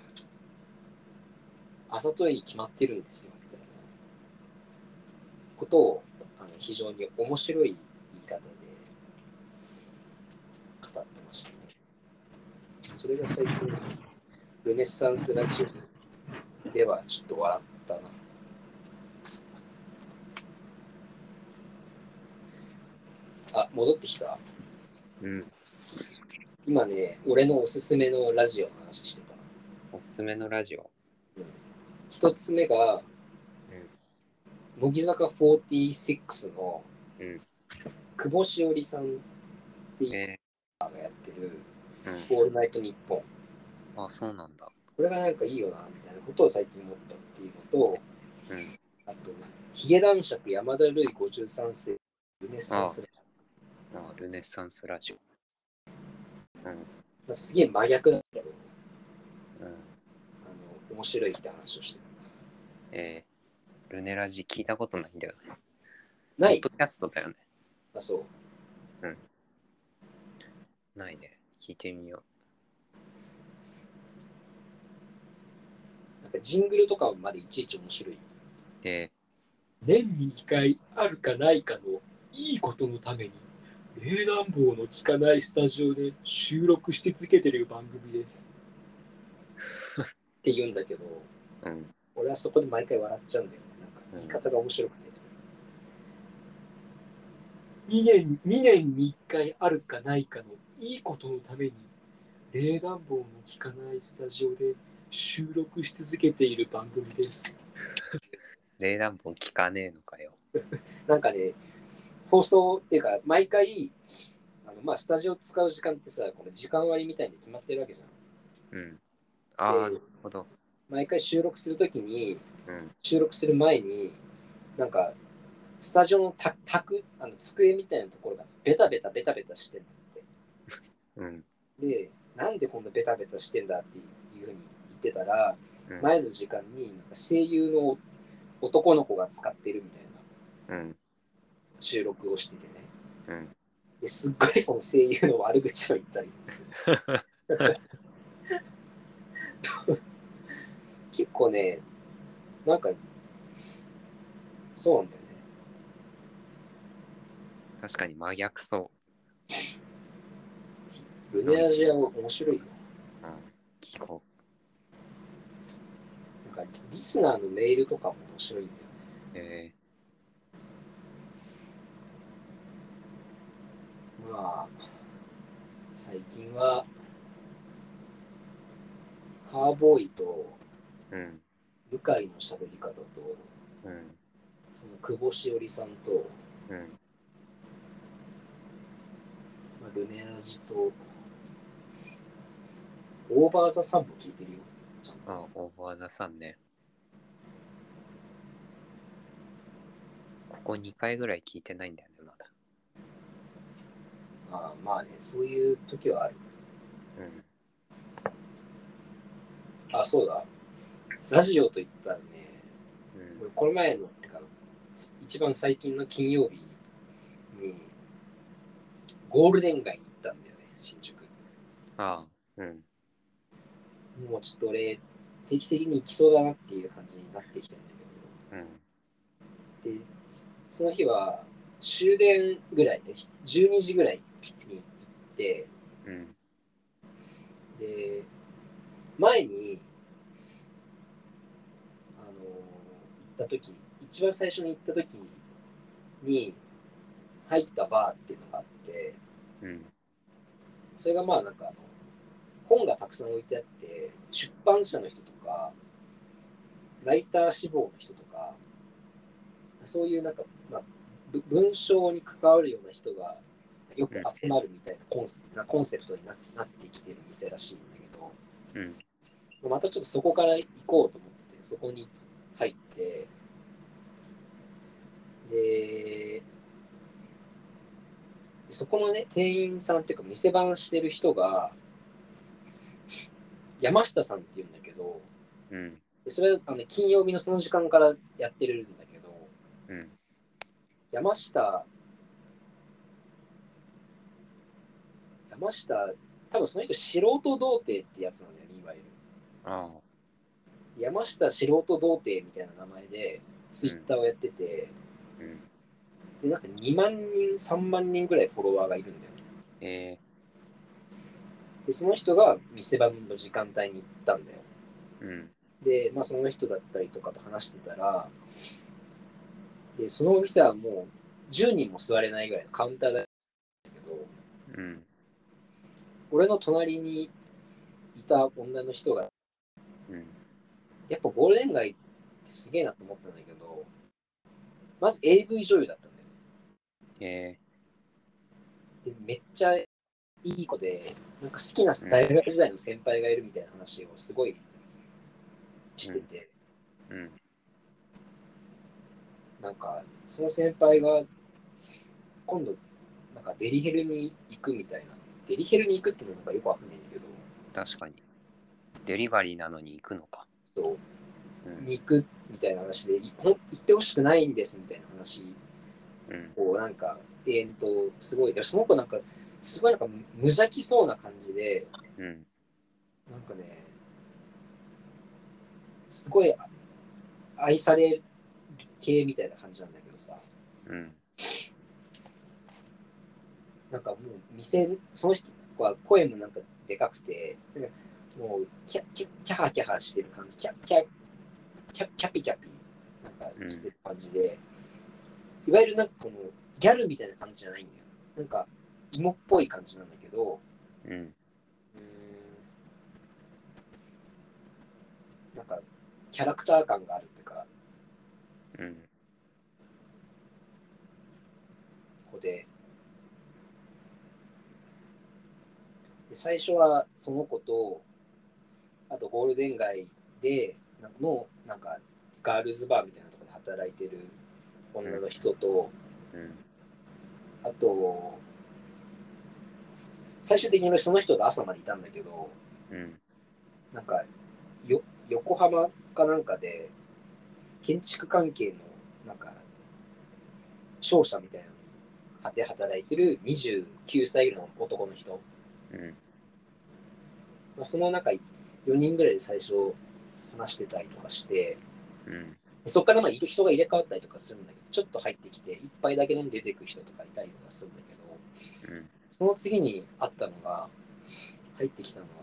Speaker 1: あざといに決まってるんですよみたいなことをあの非常に面白い言い方で語ってましたね。それが最近のルネッサンスラジオではちょっと笑ったな。あ、戻ってきた。
Speaker 2: うん。
Speaker 1: 今ね、俺のおすすめのラジオの話してた。
Speaker 2: おすすめのラジオ。
Speaker 1: 一つ目が、乃木坂46の
Speaker 2: うん
Speaker 1: 久保しおりさん
Speaker 2: え
Speaker 1: がやってる「
Speaker 2: ー
Speaker 1: オールナイトニッポン」
Speaker 2: うん。あ、そうなんだ。
Speaker 1: これがなんかいいよなみたいなことを最近思ったっていうのと
Speaker 2: うん。
Speaker 1: あとヒゲ男爵山田るい53世ルネッサンス
Speaker 2: あルネッサンスラジ
Speaker 1: すげえ真逆だけど
Speaker 2: オ。うん。
Speaker 1: あの面白いって話をしてた
Speaker 2: えールネラジ聞いたことないんだよね。
Speaker 1: な
Speaker 2: ポ
Speaker 1: い
Speaker 2: ッドキャストだよね。
Speaker 1: あそう
Speaker 2: ないね。聞いてみよ。
Speaker 1: なんかジングルとかまでいちいち面白いう
Speaker 2: で、
Speaker 1: 年に2回あるかないかのいいことのために冷暖房の効かないスタジオで収録し続けてる番組です。 って言うんだけど
Speaker 2: うん。
Speaker 1: 俺はそこで毎回笑っちゃうんだよね。なんか言い方が面白くて。2年 ,2 年に1回あるかないかのいいことのために冷暖房の効かないスタジオで収録し続けている番組です。
Speaker 2: 冷暖房聞かねえのかよ。
Speaker 1: なんかね、放送っていうか、毎回、あのかまあスタジオ使う時間ってさ、この時間割みたいに決まってるわけじゃん。
Speaker 2: うん。ああ、
Speaker 1: で
Speaker 2: なるほど。
Speaker 1: 毎回収録するときに、
Speaker 2: うん。
Speaker 1: 収録する前に、なんか、スタジオのた卓、あの机みたいなところがベタベタベタベタしてんだって。
Speaker 2: うん。
Speaker 1: で、なんでこんなベタベタしてんだっていうふうに言ってたら、
Speaker 2: うん
Speaker 1: 前の時間になんか声優の男の子が使ってるみたいな
Speaker 2: うん。
Speaker 1: 収録をしててね。
Speaker 2: うん。
Speaker 1: ですっごいその声優の悪口を言ったりする。 結構ね、なんか、そうなんだよね。
Speaker 2: 確かに真逆そ
Speaker 1: ルネアジアは面白いよ。
Speaker 2: う。うん。聞こ
Speaker 1: なんかリスナーのメールとかも面白いんだよね。
Speaker 2: う。え
Speaker 1: まあ、最近は、カーボーイと
Speaker 2: ー、うん。
Speaker 1: 向井の喋り方と、
Speaker 2: うん。
Speaker 1: その久保しおりさんと、
Speaker 2: うん。
Speaker 1: まあ、ルネラジと、オーバーザさんも聞いてるよ。ちゃんと
Speaker 2: ああ、オーバーザさんね。ここ2回ぐらい聞いてないんだよね、まだ。
Speaker 1: まあまあね、そういう時はある。
Speaker 2: うん。
Speaker 1: あ、そうだ。ラジオと言ったらね、
Speaker 2: うん
Speaker 1: 俺この前の、てか、一番最近の金曜日に、ゴールデン街に行ったんだよね、新宿。
Speaker 2: ああ、うん。
Speaker 1: もうちょっと俺、定期的に行きそうだなっていう感じになってきてるんだ
Speaker 2: うん。
Speaker 1: けど、で、そその日は終電ぐらいで、12時ぐらいに行って、
Speaker 2: うん。
Speaker 1: で、前に、あの、行った時、一番最初に行った時に入ったバーっていうのがあって、
Speaker 2: うん。
Speaker 1: それがまあなんかあの、本がたくさん置いてあって、出版社の人とか、ライター志望の人とか、そういうなんか、まあ、ぶ文章に関わるような人がよく集まるみたいなコンセ,、なコンセプトにななってきてる店らしいんだけど、
Speaker 2: うん。
Speaker 1: またちょっとそこから行こうと思って、そこに入って、で、そこのね、店員さんっていうか、店番してる人が、山下さんっていうんだけど、
Speaker 2: うん。
Speaker 1: でそれはあの金曜日のその時間からやってるんだけど、
Speaker 2: うん。
Speaker 1: 山下、山下、多分その人、素人童貞ってやつなんだよね、いわゆる。
Speaker 2: ああ、
Speaker 1: 山下素人童貞みたいな名前でツイッターをやってて、
Speaker 2: うん。
Speaker 1: でなんか2万人3万人ぐらいフォロワーがいるんだよね
Speaker 2: え
Speaker 1: でその人が店番の時間帯に行ったんだよ
Speaker 2: ー、うん。
Speaker 1: で、まあ、その人だったりとかと話してたらでそのお店はもう10人も座れないぐらいのカウンターだったんだけど
Speaker 2: うん。
Speaker 1: 俺の隣にいた女の人が
Speaker 2: うん。
Speaker 1: やっぱゴールデン街ってすげえなと思ったんだけどまず AV 女優だったんだよね
Speaker 2: え
Speaker 1: でめっちゃいい子でなんか好きな大学時代の先輩がいるみたいな話をすごいしてて、
Speaker 2: ー、うん。
Speaker 1: なんかその先輩が今度なんかデリヘルに行くみたいなデリヘルに行くっていうのなんかよくわかんないんだけど
Speaker 2: 確かに。デリバリーなのに行くのか。
Speaker 1: そう
Speaker 2: うん。
Speaker 1: に行くみたいな話でいほん行ってほしくないんですみたいな話
Speaker 2: うん。
Speaker 1: をなんか永遠とすごいでその子なんかすごいなんか無無邪気そうな感じで
Speaker 2: うん。
Speaker 1: なんかね、すごい愛される系みたいな感じなんだけどさ、
Speaker 2: うん。
Speaker 1: なんかもう店、その人は声もなんかでかくて、なんかもうキャキャキャハキャハしてる感じ、キャキャキャキャピキャピなんかしてる感じで、いわゆるなんかこのギャルみたいな感じじゃないんだよ。なんか芋っぽい感じなんだけど、
Speaker 2: うん。
Speaker 1: うーんなんかキャラクター感があるっていうか、
Speaker 2: うん。
Speaker 1: ここで、で最初はその子と、あとゴールデン街でなの、なんかガールズバーみたいなところで働いてる女の人と、
Speaker 2: うん。
Speaker 1: あと、最終的にその人が朝までいたんだけど、
Speaker 2: うん。
Speaker 1: なんかよ横浜かなんかで建築関係のなんか商社みたいなので働いてる29歳ぐらいの男の人、
Speaker 2: うん。
Speaker 1: まあ、その中4人ぐらいで最初話してたりとかして
Speaker 2: うん。
Speaker 1: そこからまあ人が入れ替わったりとかするんだけどちょっと入ってきて一杯だけ飲んで出てく人とかいたりとかするんだけど
Speaker 2: うん。
Speaker 1: その次にあったのが、入ってきたのはね、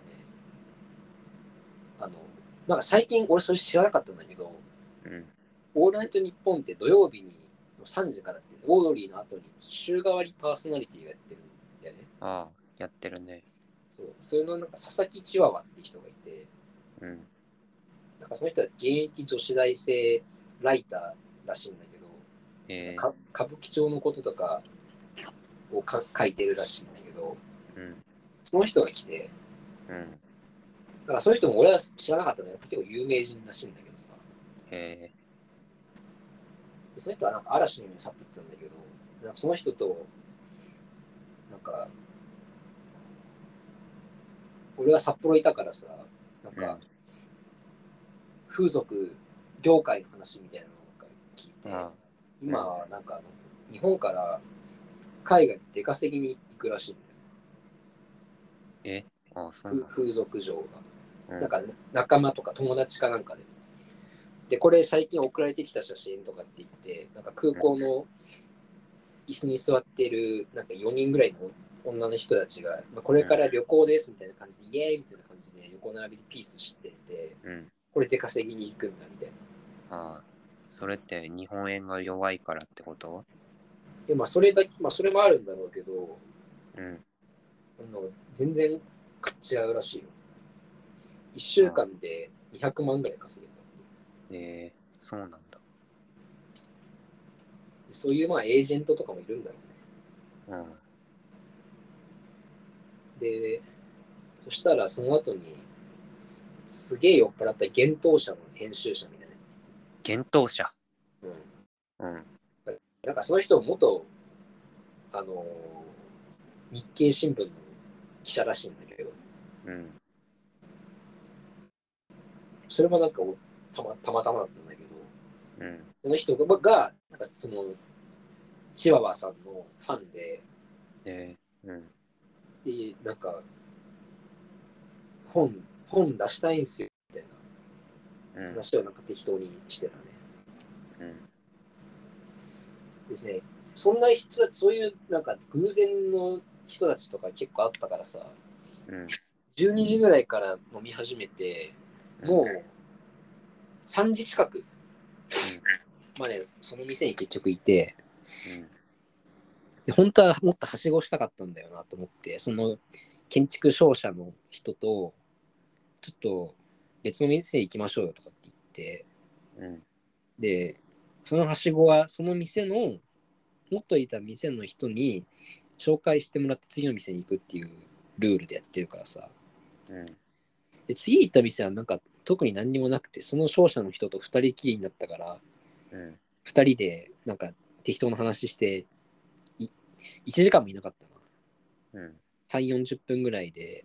Speaker 1: あの、なんか最近俺それ知らなかったんだけど、
Speaker 2: うん。
Speaker 1: オールナイトニッポンって土曜日にの3時からって、オードリーの後に週替わりパーソナリティがやってるんだよね。
Speaker 2: ああ、やってるね。
Speaker 1: そう。それのなんか佐々木チワワって人がいて、
Speaker 2: うん。
Speaker 1: なんかその人は現役女子大生ライターらしいんだけど、
Speaker 2: えー
Speaker 1: か歌舞伎町のこととかをか書いてるらしいんだけど、
Speaker 2: うん。
Speaker 1: その人が来て、
Speaker 2: うん。
Speaker 1: だからそういう人も俺は知らなかったのよ。結構有名人らしいんだけどさ。
Speaker 2: え
Speaker 1: でその人はなんか嵐のように去っていったんだけど、なんかその人と、なんか、俺は札幌いたからさ、なん
Speaker 2: ー、
Speaker 1: か風俗業界の話みたいなのを聞いて、
Speaker 2: うん。あ
Speaker 1: 今はなんかあの日本から海外に出稼ぎに行くらしいんだよ。
Speaker 2: あああ、そ
Speaker 1: 風
Speaker 2: うなんだ
Speaker 1: 風俗嬢が。
Speaker 2: うん。
Speaker 1: なんか仲間とか友達かなんかで。で、これ最近送られてきた写真とかって言って、なんか空港の椅子に座ってるなんか4人ぐらいの女の人たちが、まあ、これから旅行ですみたいな感じで、イエーイみたいな感じで横並びでピースしてて、
Speaker 2: うん。
Speaker 1: これで稼ぎに行くんだみたいな。
Speaker 2: ああ、それって日本円が弱いからってことは
Speaker 1: で、まあそれだ、まあそれもあるんだろうけど、
Speaker 2: うん。
Speaker 1: あの全然違うらしいよ。1週間で200万ぐらい稼げた。
Speaker 2: えー、そうなんだ。
Speaker 1: そういうまあエージェントとかもいるんだろうね。
Speaker 2: うん。
Speaker 1: で、そしたらその後に、すげえ酔っ払った幻冬舎の編集者みたいな。
Speaker 2: 幻冬者。
Speaker 1: うん。
Speaker 2: うん。
Speaker 1: なんかその人、元、あのー日経新聞の記者らしいんだけど、
Speaker 2: うん。
Speaker 1: それもなんかおたまたまたまだったんだけど、
Speaker 2: うん。
Speaker 1: その人が、がなんかその、チワワさんのファンで、
Speaker 2: えー、うん。
Speaker 1: で、なんか、本、本出したいんすよ、みたい
Speaker 2: うん
Speaker 1: な。話をなんか適当にしてたね。
Speaker 2: うん。
Speaker 1: ですね、そんな人たち、そういうなんか偶然の人たちとか結構あったからさ、
Speaker 2: うん。
Speaker 1: 12時ぐらいから飲み始めて、も
Speaker 2: ん
Speaker 1: う3時近くまでその店に結局いて、で本当はもっとはしごしたかったんだよなと思って、その建築商社の人と、ちょっと別の店行きましょうよとかって言って、
Speaker 2: うん。うん。
Speaker 1: で、そのはしごは、その店の、元いた店の人に紹介してもらって次の店に行くっていうルールでやってるからさ。
Speaker 2: うん。
Speaker 1: で、次行った店はなんか特に何にもなくて、その商社の人と二人きりになったから、
Speaker 2: うん。
Speaker 1: 二人でなんか適当な話して、い1時間もいなかったな。
Speaker 2: うん。
Speaker 1: 3、40分ぐらいで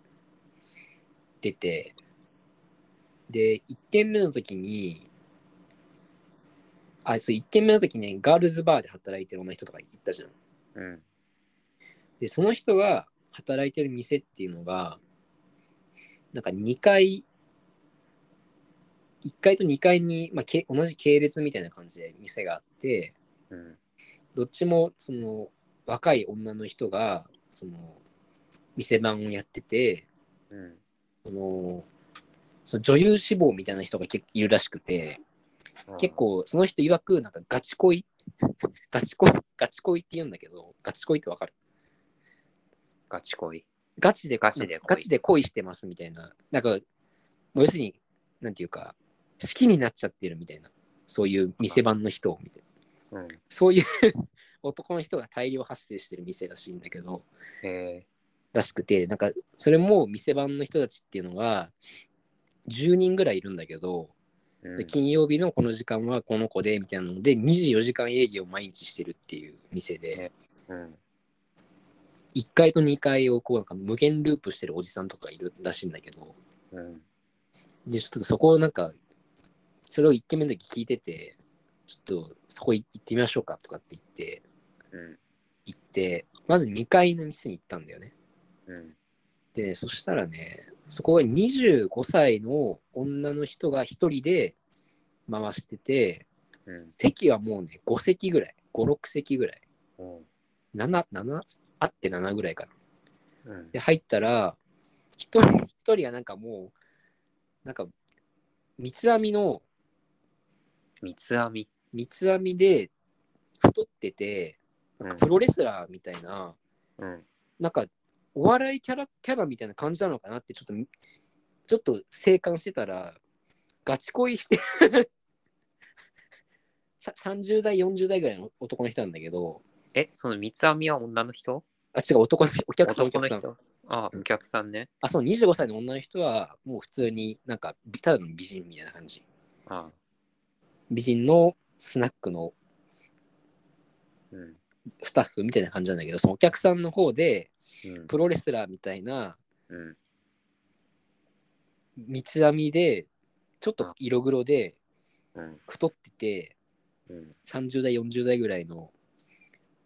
Speaker 1: 出て、で、1軒目の時に、あ、そう、1軒目の時にね、ガールズバーで働いてる女の人とか行ったじゃん。
Speaker 2: うん。
Speaker 1: で、その人が働いてる店っていうのが、なんか2階、1階と2階に、まあ、け同じ系列みたいな感じで店があって、
Speaker 2: うん。
Speaker 1: どっちもその若い女の人がその店番をやってて
Speaker 2: うん。
Speaker 1: そのその女優志望みたいな人が結構いるらしくて結構その人曰くなんかガチ恋 ガチ恋ガチ恋って言うんだけどガチ恋ってわかる
Speaker 2: ガチ恋。
Speaker 1: ガチで
Speaker 2: ガチで恋
Speaker 1: ガチで恋してますみたいななんかもう要するになんていうか好きになっちゃってるみたいなそういう店番の人を見て
Speaker 2: うん。
Speaker 1: そういう男の人が大量発生してる店らしいんだけど
Speaker 2: え
Speaker 1: らしくて、なんか、それも店番の人たちっていうのが、10人ぐらいいるんだけど、
Speaker 2: うん
Speaker 1: で金曜日のこの時間はこの子で、みたいなので、24時間営業を毎日してるっていう店で、
Speaker 2: うん
Speaker 1: 1階と2階をこう、なんか無限ループしてるおじさんとかいるらしいんだけど、
Speaker 2: うん
Speaker 1: で、ちょっとそこをなんか、それを1軒目の時聞いてて、ちょっとそこ行ってみましょうかとかって言って、
Speaker 2: うん
Speaker 1: 行って、まず2階の店に行ったんだよね。
Speaker 2: うん
Speaker 1: で、そしたらね、そこが25歳の女の人が一人で回してて、
Speaker 2: うん
Speaker 1: 席はもうね、5席ぐらい、5、6席ぐらい、
Speaker 2: おう
Speaker 1: 7、7、あって7ぐらいかな。
Speaker 2: うん
Speaker 1: で、入ったら、一人、 一人がなんかもう、なんか、三つ編みの、
Speaker 2: 三つ編み
Speaker 1: 三つ編みで太ってて、なんかプロレスラーみたいな、
Speaker 2: うん
Speaker 1: なんか、お笑いキャラ、キャラみたいな感じなのかなって、ちょっとみ、ちょっと静観してたら、ガチ恋して るさ30代、40代ぐらいの男の人なんだけど、
Speaker 2: えその三つ編みは女の人
Speaker 1: あ、違う、男の人、お客さん、お
Speaker 2: 男
Speaker 1: 客
Speaker 2: の
Speaker 1: さん。
Speaker 2: 人あお客さんね
Speaker 1: あ、そう、25歳の女の人は、もう普通になんか、びただの美人みたいな感じ。
Speaker 2: あ
Speaker 1: 美人のスナックの
Speaker 2: うん
Speaker 1: スタッフみたいな感じなんだけど、そのお客さんの方で、
Speaker 2: うん
Speaker 1: プロレスラーみたいな
Speaker 2: うん
Speaker 1: 三つ編みで、ちょっと色黒で、
Speaker 2: うん
Speaker 1: 太ってて、
Speaker 2: うん
Speaker 1: 30代、40代ぐらいの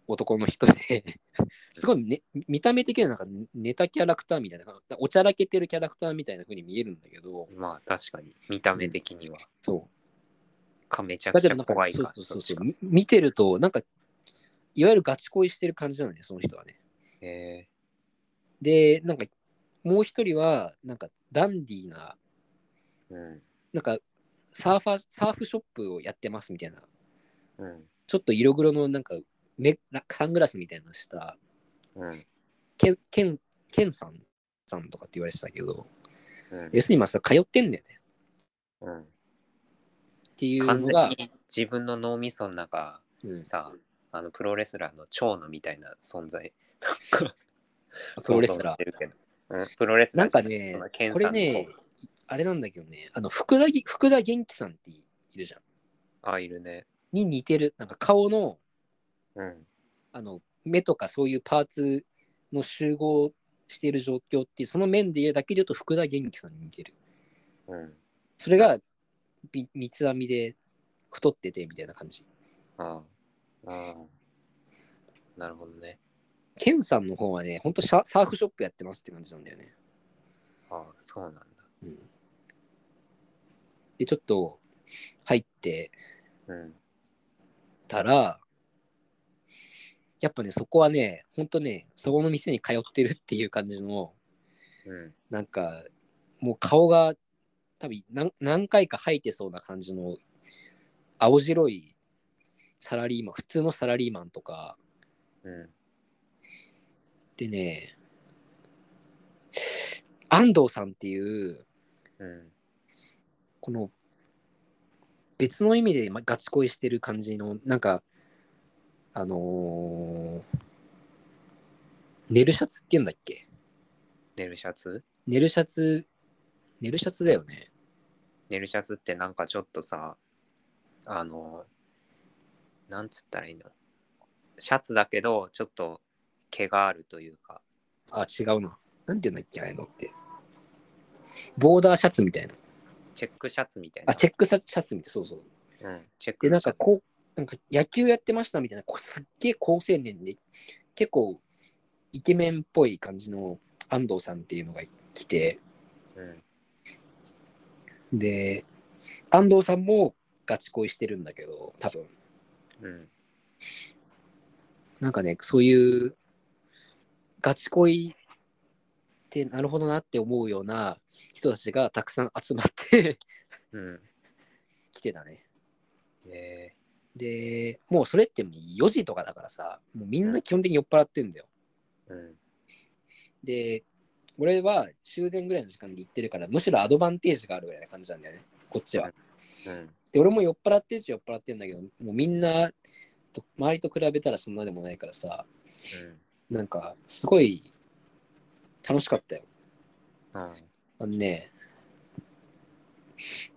Speaker 1: 男の人で、 すごい、ね、見た目的にはなんかネタキャラクターみたいな、おちゃらけてるキャラクターみたいな風に見えるんだけど、
Speaker 2: まあ確かに見た目的には
Speaker 1: そ
Speaker 2: かめち
Speaker 1: う。
Speaker 2: ゃくち
Speaker 1: で
Speaker 2: ゃ
Speaker 1: もなんか
Speaker 2: 怖いか
Speaker 1: そうそうそうそうみ見てると、なんか、いわゆるガチ恋してる感じなのね、その人はね。
Speaker 2: え
Speaker 1: で、なんか、もう一人は、なんか、ダンディーな、
Speaker 2: ーうん
Speaker 1: なんか、サーファー、サーフショップをやってますみたいな、
Speaker 2: うん
Speaker 1: ちょっと色黒の、なんか、目サングラスみたいなのした、
Speaker 2: うん
Speaker 1: ケン、ケン、ケンさんさんとかって言われてたけど、
Speaker 2: うん
Speaker 1: 要するに今さ、通ってんだよね
Speaker 2: うん
Speaker 1: っていう
Speaker 2: 完
Speaker 1: の
Speaker 2: 全
Speaker 1: が、
Speaker 2: に自分の脳みその中
Speaker 1: うん、
Speaker 2: さあのプロレスラーの長野みたいな存在なんか
Speaker 1: プロレス
Speaker 2: 想像し
Speaker 1: ラ
Speaker 2: てるけどうんプロレスラ
Speaker 1: な
Speaker 2: ー
Speaker 1: んかね
Speaker 2: そのケ
Speaker 1: ー。
Speaker 2: ンさん
Speaker 1: これね、あれなんだけどね、あの福田ぎ、福田元気さんっているじゃん。
Speaker 2: あいるね
Speaker 1: に似てる、なんか顔の、
Speaker 2: うん
Speaker 1: あの、目とかそういうパーツの集合している状況っていう、その面で言うだけで言うと福田元気さんに似てる。
Speaker 2: うん
Speaker 1: それが、び三つ編みで太っててみたいな感じ。
Speaker 2: ああああなるほどね
Speaker 1: ケンさんの方はね、ほんとシャサーフショップやってますって感じなんだよね。
Speaker 2: ああそうなんだ
Speaker 1: うんで、ちょっと入って
Speaker 2: うん
Speaker 1: たら、やっぱね、そこはね、ほんとね、そこの店に通ってるっていう感じの、
Speaker 2: うん
Speaker 1: なんか、もう顔が多分何何回か吐いてそうな感じの、青白いサラリーマン、普通のサラリーマンとか、
Speaker 2: うん
Speaker 1: でね、安藤さんっていう、
Speaker 2: うん
Speaker 1: この別の意味でまガチ恋してる感じのなんかあのー寝るシャツって言うんだっけ
Speaker 2: 寝るシャツ
Speaker 1: 寝るシャツ寝るシャツだよね
Speaker 2: 寝るシャツってなんかちょっとさあのなんつったらいいのシャツだけどちょっと毛があるというか
Speaker 1: あ違うななんて言うんだっけああいうのってボーダーシャツみたいな
Speaker 2: チェックシャツみたいな
Speaker 1: あチェックシャツみたいなそうそう
Speaker 2: うん、チェック
Speaker 1: でなんか
Speaker 2: シャツ
Speaker 1: こうなんか野球やってましたみたいなこうすっげえ好青年で結構イケメンっぽい感じの安藤さんっていうのが来て、
Speaker 2: うん
Speaker 1: で、安藤さんもガチ恋してるんだけど、多分
Speaker 2: うん
Speaker 1: なんかね、そういうガチ恋ってなるほどなって思うような人たちがたくさん集まって
Speaker 2: うん
Speaker 1: 来てたね。
Speaker 2: え
Speaker 1: で、もうそれって4時とかだからさ、もうみんな基本的に酔っ払ってんだよ。
Speaker 2: ーうん
Speaker 1: で、俺は終電ぐらいの時間で行ってるから、むしろアドバンテージがあるぐらいな感じなんだよね、こっちは。
Speaker 2: うん
Speaker 1: で、俺も酔っ払ってるっちゃ酔っ払ってんだけど、もうみんなと、周りと比べたらそんなでもないからさ、
Speaker 2: うん
Speaker 1: なんかすごい楽しかったよ。
Speaker 2: うん。
Speaker 1: あのね、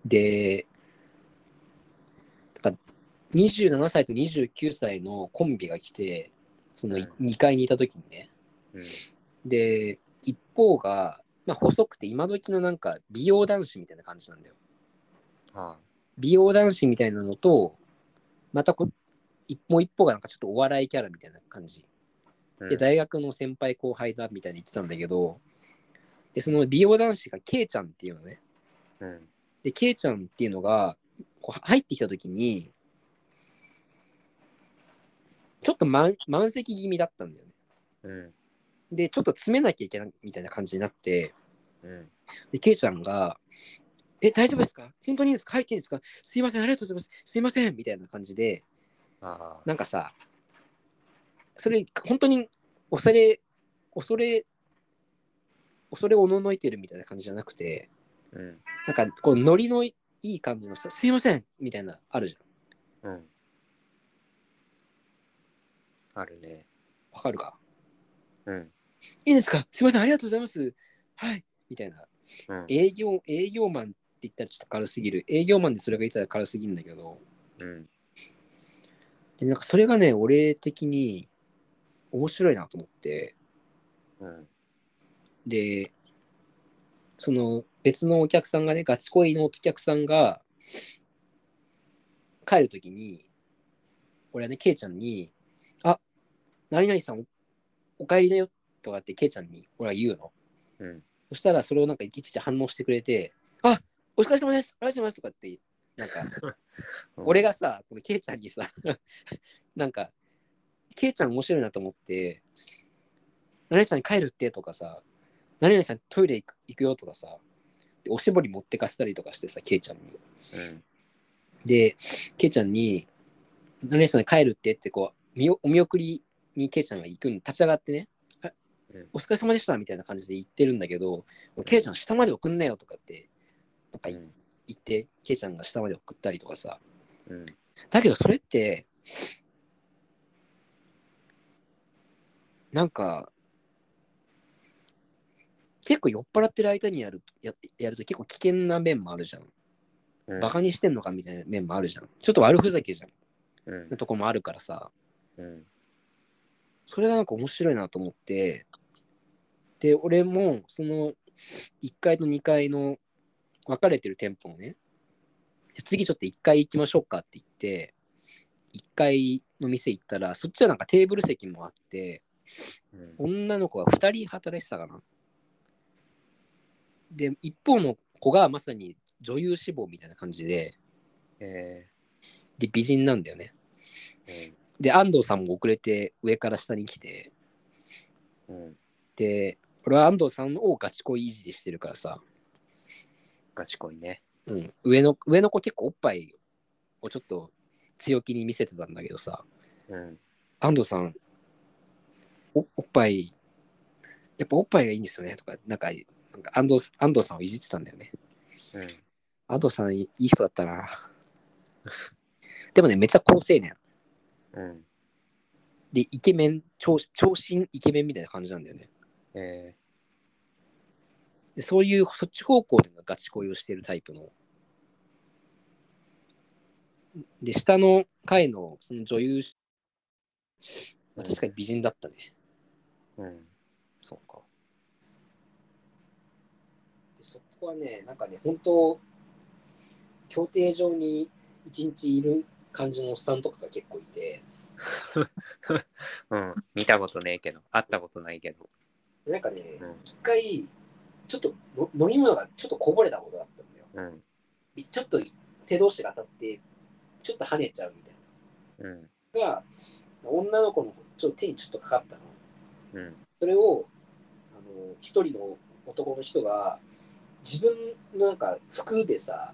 Speaker 1: で、だから27歳と29歳のコンビが来て、その
Speaker 2: うん
Speaker 1: 2階にいた時にね、
Speaker 2: うん。
Speaker 1: で、一方が、まあ、細くて今時のなんか美容男子みたいな感じなんだよ。
Speaker 2: は
Speaker 1: 美容男子みたいなのと、またこ一もう一方がなんかちょっとお笑いキャラみたいな感じ。
Speaker 2: い。
Speaker 1: で、大学の先輩後輩だみたいに言ってたんだけど、で、その美容男子がケイちゃんっていうのね。
Speaker 2: うん。
Speaker 1: で、ケイちゃんっていうのが、こう入ってきたときに、ちょっと満満席気味だったんだよね。
Speaker 2: うん。
Speaker 1: で、ちょっと詰めなきゃいけないみたいな感じになって、
Speaker 2: うん。
Speaker 1: で、ケイちゃんが、え、大丈夫ですか本当にいいですか入っていいですかすいません、ありがとうございます。すいませんみたいな感じで、
Speaker 2: ああ。
Speaker 1: なんかさ、それ、本当に恐れ、恐れ、恐れおののいてるみたいな感じじゃなくて、
Speaker 2: うん。
Speaker 1: なんかこう、ノリのいい感じのさ、すいませんみたいな、あるじゃん。
Speaker 2: うん。あるね。
Speaker 1: わかるか
Speaker 2: うん。
Speaker 1: いいですかすいません、ありがとうございます。はい。みたいな。
Speaker 2: うん。
Speaker 1: 営業、営業マンって言ったらちょっと軽すぎる。営業マンでそれが言ったら軽すぎるんだけど、
Speaker 2: うん。
Speaker 1: でなんかそれがね、俺的に面白いなと思って、
Speaker 2: うん。
Speaker 1: で、その別のお客さんがね、ガチ恋のお客さんが帰るときに、俺はね、ケイちゃんに、あ、何々さんおお帰りだよとかってケイちゃんに俺は言うの。
Speaker 2: うん。
Speaker 1: そしたらそれをなんかいちいち反応してくれて、あお疲れ様ですありがとうございますとかって、なんか、俺がさ、このケイちゃんにさ、 なんか、ケイちゃん面白いなと思って、何々さんに帰るってとかさ、何々さんトイレ行く行くよとかさ、でおしぼり持ってかせたりとかしてさ、ケイちゃんに。
Speaker 2: うん。
Speaker 1: で、ケイちゃんに、何々さんに帰るってってこう、見おお見送りにケイちゃんが行くの、立ち上がってね、あ
Speaker 2: うん
Speaker 1: お疲れ様でしたみたいな感じで言ってるんだけど、ケイちゃん下まで送んなよとかって、なんか
Speaker 2: うん。
Speaker 1: 言って、ケイちゃんが下まで送ったりとかさ、
Speaker 2: うん。
Speaker 1: だけどそれってなんか結構酔っ払ってる間にやるややると結構危険な面もあるじゃん。
Speaker 2: うん。
Speaker 1: バカにしてんのかみたいな面もあるじゃん。ちょっと悪ふざけじゃん。
Speaker 2: うん
Speaker 1: な。とこもあるからさ。
Speaker 2: うん。
Speaker 1: それがなんか面白いなと思って。で、俺もその1階と2階の分かれてる店舗をね、次ちょっと1階行きましょうかって言って、1階の店行ったら、そっちはなんかテーブル席もあって、
Speaker 2: うん。
Speaker 1: 女の子が2人働いてたかな。で、一方の子がまさに女優志望みたいな感じで、
Speaker 2: え
Speaker 1: で、美人なんだよね。
Speaker 2: ー。
Speaker 1: で、安藤さんも遅れて上から下に来て、
Speaker 2: うん。うん。
Speaker 1: で、俺は安藤さんをガチ恋いじりしてるからさ、
Speaker 2: 賢いね。
Speaker 1: うん、上の上の子結構おっぱいをちょっと強気に見せてたんだけどさ、
Speaker 2: うん。
Speaker 1: 安藤さん、おおっぱい、やっぱおっぱいがいいんですよねとか、なんか、なんか安藤安藤さんをいじってたんだよね。
Speaker 2: うん。
Speaker 1: 安藤さんいいい人だったな。でもね、めっちゃ高青年。
Speaker 2: うん。
Speaker 1: で、イケメン、長長身イケメンみたいな感じなんだよね。
Speaker 2: え
Speaker 1: でそういうそっち方向でのガチ恋をしてるタイプの。で、下の階のその女優、まあ確かに美人だったね。
Speaker 2: ー。うん。そうか。
Speaker 1: でそこはね、なんかね、本当協定上に一日いる感じのおっさんとかが結構いて、
Speaker 2: うん。見たことねえけど、会ったことないけど。
Speaker 1: でなんかね
Speaker 2: う、ん。
Speaker 1: 一回、ちょっとの飲み物がちょっとこぼれたことがあったんだよ。
Speaker 2: うん。
Speaker 1: ちょっと手同士が当たって、ちょっと跳ねちゃうみたいな。
Speaker 2: うん。
Speaker 1: が女の子のちょっと手にちょっとかかったの。
Speaker 2: うん。
Speaker 1: それをあの一人の男の人が自分のなんか服でさ「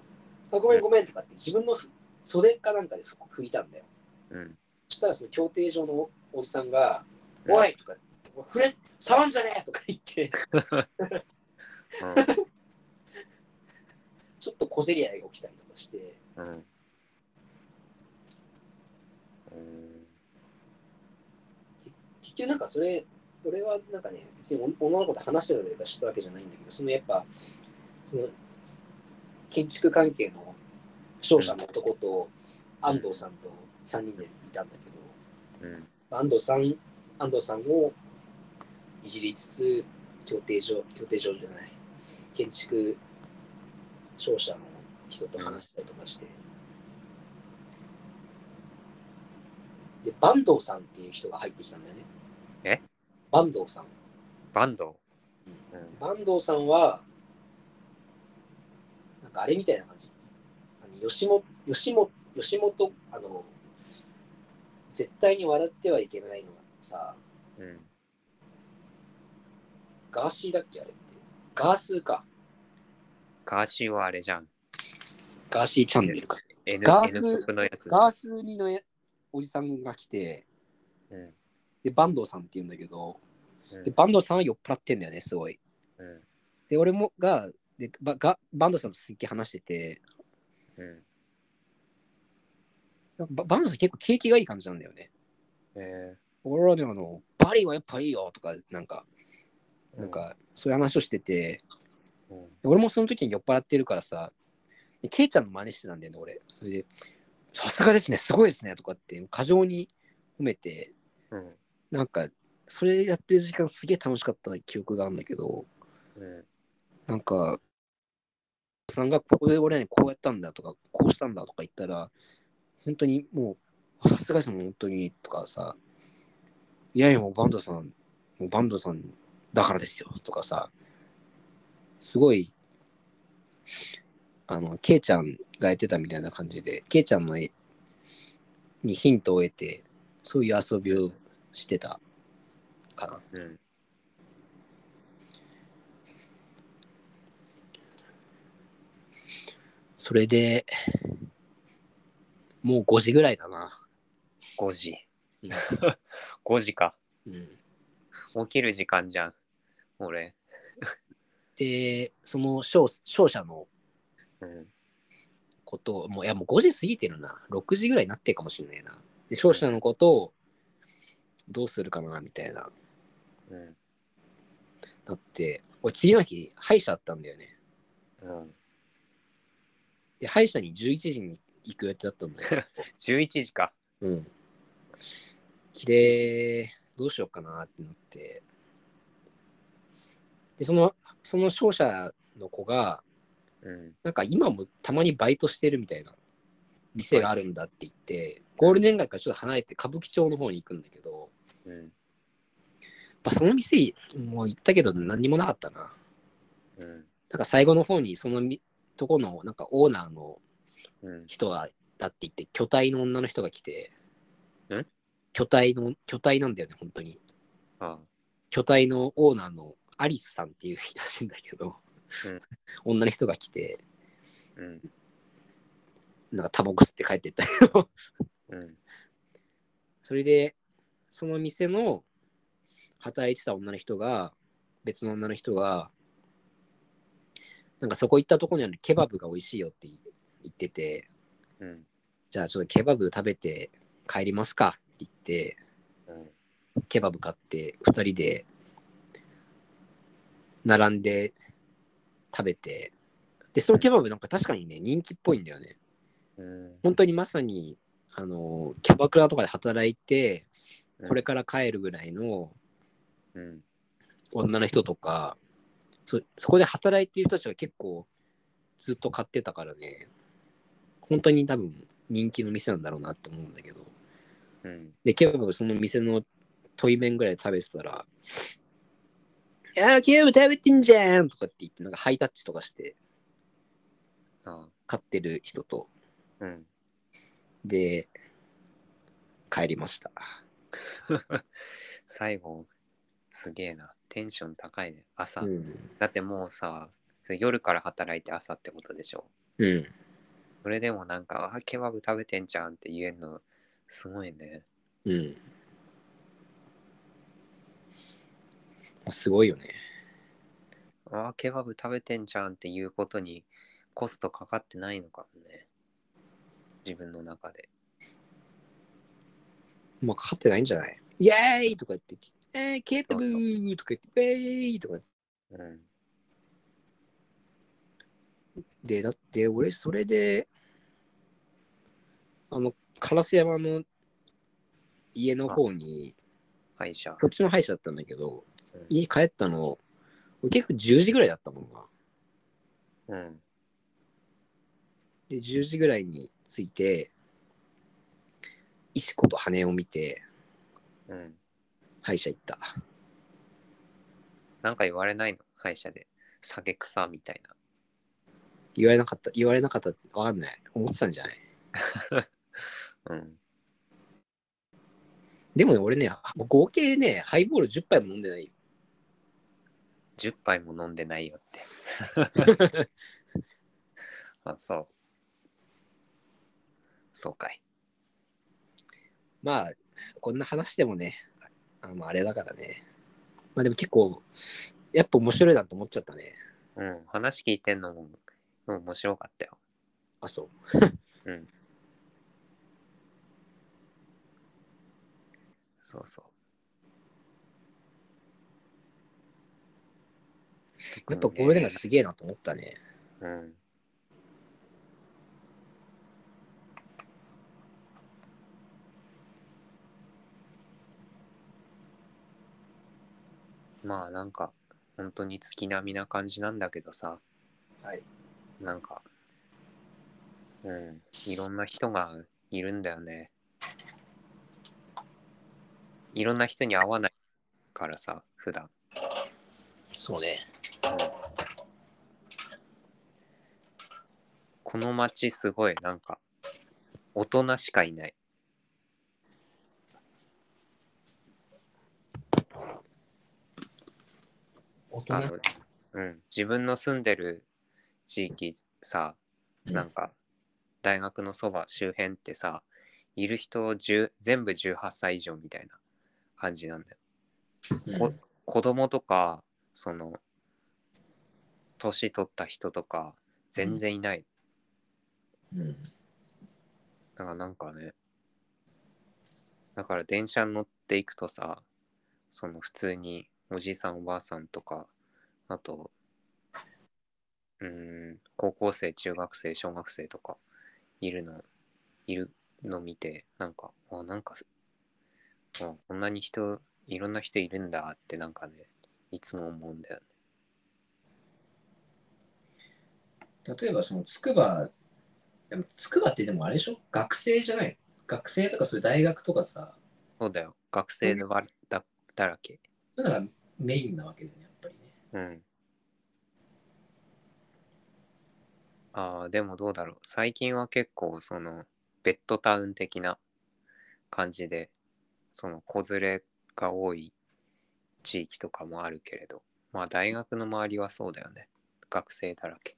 Speaker 1: あごめんごめん」とかって自分のふ袖かなんかで服拭いたんだよ。
Speaker 2: うん。
Speaker 1: そしたらその協定上のおじさんが「
Speaker 2: うん
Speaker 1: おい!」とか「おい触れ触んじゃねえ!」とか言ってちょっと小競り合いが起きたりとかして
Speaker 2: うん。うん。うん。
Speaker 1: 結局なんかそれ俺はなんかね、別に女の子と話してたりとかしたわけじゃないんだけど、そのやっぱ、その建築関係の商社の男と安藤さんと3人でいたんだけど、
Speaker 2: うん。
Speaker 1: 安藤さん、安藤さんをいじりつつ、協定上、協定上じゃない、建築商社の人と話したりとかして、で、坂東さんっていう人が入ってきたんだよね。
Speaker 2: え
Speaker 1: 坂東さん。
Speaker 2: バンドうん。
Speaker 1: 坂東さんは、なんかあれみたいな感じ。あの吉本、吉本、吉本、あの、絶対に笑ってはいけないのがさ、
Speaker 2: うん。
Speaker 1: ガーシーだっけあれって。ガースーか。
Speaker 2: ガーシーはあれじゃん。
Speaker 1: ガーシーチャンネルか。
Speaker 2: N,
Speaker 1: ガース
Speaker 2: N 国のやつじゃん
Speaker 1: ガース2のおじさんが来て、
Speaker 2: うん
Speaker 1: で、坂東さんって言うんだけど、
Speaker 2: うん
Speaker 1: で、坂東さんは酔っ払ってんだよね、すごい。
Speaker 2: うん
Speaker 1: で、俺もが、で、ばが坂東さんとすっげえ話してて、
Speaker 2: うん
Speaker 1: なんかば坂東さん結構景気がいい感じなんだよね。
Speaker 2: え
Speaker 1: 俺はね、あの、バリはやっぱいいよとか、なんか、
Speaker 2: ー
Speaker 1: なんか、そういう話をしてて、
Speaker 2: うんうん
Speaker 1: 俺もその時に酔っ払ってるからさ、でケイちゃんの真似してたんだよね、俺。それで、さすがですね、すごいですね、とかって、過剰に褒めて、
Speaker 2: うん
Speaker 1: なんか、それやってる時間すげえ楽しかった記憶があるんだけど、
Speaker 2: うん
Speaker 1: なんか、さんが、ここで俺ね、こうやったんだとか、こうしたんだとか言ったら、本当にもう、さすがですね、本当に、とかさ、いやいや、もうバンドさん、もうバンドさんだからですよ、とかさ、すごい、あの、ケイちゃんがやってたみたいな感じで、ケイちゃんの絵にヒントを得て、そういう遊びをしてたかな。
Speaker 2: うん
Speaker 1: それで、もう5時ぐらいだな。
Speaker 2: 5時
Speaker 1: うん
Speaker 2: 5時か
Speaker 1: うん
Speaker 2: 起きる時間じゃん俺
Speaker 1: で、その商商社の
Speaker 2: うん
Speaker 1: ことを、もう、いや、もう5時過ぎてるな。6時ぐらいになってるかもしれないな。で、商社のことをどうするかな、みたいな。
Speaker 2: うん
Speaker 1: だって、俺、次の日、歯医者あったんだよね。
Speaker 2: うん
Speaker 1: で、歯医者に11時に行く予定だったんだよ。
Speaker 2: 11時か
Speaker 1: うん。で、どうしようかなってなって。で、その、その商社の子が、
Speaker 2: うん
Speaker 1: なんか今もたまにバイトしてるみたいな店があるんだって言って、ゴールデン街からちょっと離れて歌舞伎町の方に行くんだけど、
Speaker 2: うん
Speaker 1: やっぱその店もう行ったけど何にもなかったな。
Speaker 2: うん
Speaker 1: なんか最後の方にそのみとこのなんかオーナーの
Speaker 2: うん
Speaker 1: 人がだって言って、巨体の女の人が来て
Speaker 2: ん、
Speaker 1: 巨体の、巨体なんだよね、本当に。
Speaker 2: あ
Speaker 1: 巨体のオーナーのアリスさんっていう人らしいんだけど、
Speaker 2: うん
Speaker 1: 女の人が来て、
Speaker 2: うん
Speaker 1: なんかタバコ吸って帰ってった
Speaker 2: うん
Speaker 1: それで、その店の働いてた女の人が、別の女の人が、なんかそこ行ったとこにあるケバブが美味しいよって言ってて、
Speaker 2: うん
Speaker 1: じゃあちょっとケバブ食べて帰りますかって言って、
Speaker 2: うん
Speaker 1: ケバブ買って2人で並んで食べて、で、そのケバブなんか確かにね、人気っぽいんだよね。
Speaker 2: うん
Speaker 1: 本当にまさに、あの、キャバクラとかで働いて、これから帰るぐらいの
Speaker 2: うん
Speaker 1: 女の人とかそそこで働いている人たちが結構ずっと買ってたからね本当に多分人気の店なんだろうなって思うんだけど
Speaker 2: うん
Speaker 1: でケバブその店の問い麺ぐらい食べてたら「いやーケバブ食べてんじゃん!」とかって言ってなんかハイタッチとかして
Speaker 2: あ
Speaker 1: 買ってる人と
Speaker 2: うん
Speaker 1: で帰りました
Speaker 2: 最後すげえなテンション高いね朝
Speaker 1: うん、
Speaker 2: だってもうさそれ夜から働いて朝ってことでしょ
Speaker 1: うん、
Speaker 2: それでもなんか、あ、ケバブ食べてんじゃんって言えんの、すごいね。
Speaker 1: うんすごいよね
Speaker 2: あ、ケバブ食べてんじゃんっていうことにコストかかってないのかもね。自分の中で。
Speaker 1: まあ、かかってないんじゃないイエーイとか言ってえー、ケータブーとか言って、ペイとか言って
Speaker 2: うん。
Speaker 1: で、だって俺、それで、あの、烏山の家の方に、
Speaker 2: 歯医者。
Speaker 1: こっちの歯医者だったんだけど、
Speaker 2: うん
Speaker 1: 家帰ったの、俺結構10時ぐらいだったもんな。
Speaker 2: うん。
Speaker 1: で、10時ぐらいに着いて、石子と羽を見て、
Speaker 2: うん。
Speaker 1: 歯医者行った。
Speaker 2: なんか言われないの歯医者で。酒臭みたいな。
Speaker 1: 言われなかった、言われなかった、わかんない。思ってたんじゃない
Speaker 2: うん。
Speaker 1: でもね、俺ね、合計ね、ハイボール10杯も飲んでないよ。
Speaker 2: 10杯も飲んでない よって。あ、そう。そうかい。
Speaker 1: まあ、こんな話でもね、あの、あれだからね。まあでも結構、やっぱ面白いなと思っちゃったね。
Speaker 2: うん。話聞いてんのも、うん面白かったよ。
Speaker 1: あ、そう。
Speaker 2: うん。そうそう。
Speaker 1: やっぱこういうのがすげえなと思ったね。
Speaker 2: うん。まあなんか本当に月並みな感じなんだけどさ
Speaker 1: はい。
Speaker 2: なんかうんいろんな人がいるんだよねいろんな人に会わないからさ普段
Speaker 1: そうね。
Speaker 2: この街すごいなんか大人しかいない。
Speaker 1: 大
Speaker 2: あのうん、自分の住んでる地域さなんか大学のそば周辺ってさいる人10全部18歳以上みたいな感じなんだよ。こ子供とかその年取った人とか全然いない。
Speaker 1: うん。
Speaker 2: だからなんかね、だから電車に乗っていくとさ、その普通におじいさんおばあさんとか、あと、うーん、高校生、中学生、小学生とかいるの、いるの見て、なんか、あ、なんかす、あこんなに人、いろんな人いるんだってなんかね、いつも思うんだよね。
Speaker 1: 例えば、その、つくば、でも、つくばってでもあれでしょ学生じゃない学生とかそういう大学とかさ、
Speaker 2: そうだよ、学生でわだだらけ。
Speaker 1: そういうのがメインなわけだよね、やっぱりね。
Speaker 2: うん。ああ、でもどうだろう。最近は結構、その、ベッドタウン的な感じで、その、子連れが多い地域とかもあるけれど、まあ、大学の周りはそうだよね。学生だらけ。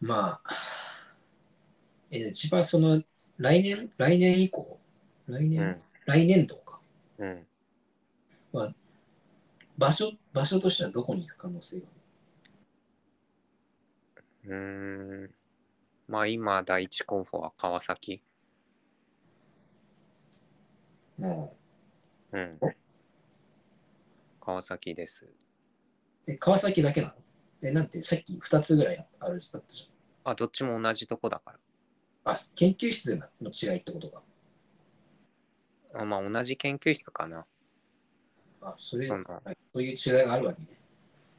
Speaker 1: まあ、えー、一番その、来年、来年以降、来年、
Speaker 2: うん
Speaker 1: 来年度か。
Speaker 2: うん。
Speaker 1: 場所、場所としてはどこに行く可能性が
Speaker 2: うーん。まあ、今、第一候補は川崎。
Speaker 1: ある
Speaker 2: うん。川崎です。
Speaker 1: え、川崎だけなのえ、なんて、さっき2つぐらいあるあったじ
Speaker 2: あ、どっちも同じとこだから。
Speaker 1: ゃん。あ、研究室の違いってことか。
Speaker 2: あまあ、同じ研究室かな。
Speaker 1: あ、それ、
Speaker 2: そ
Speaker 1: はい
Speaker 2: の
Speaker 1: そういう違いがあるわけね。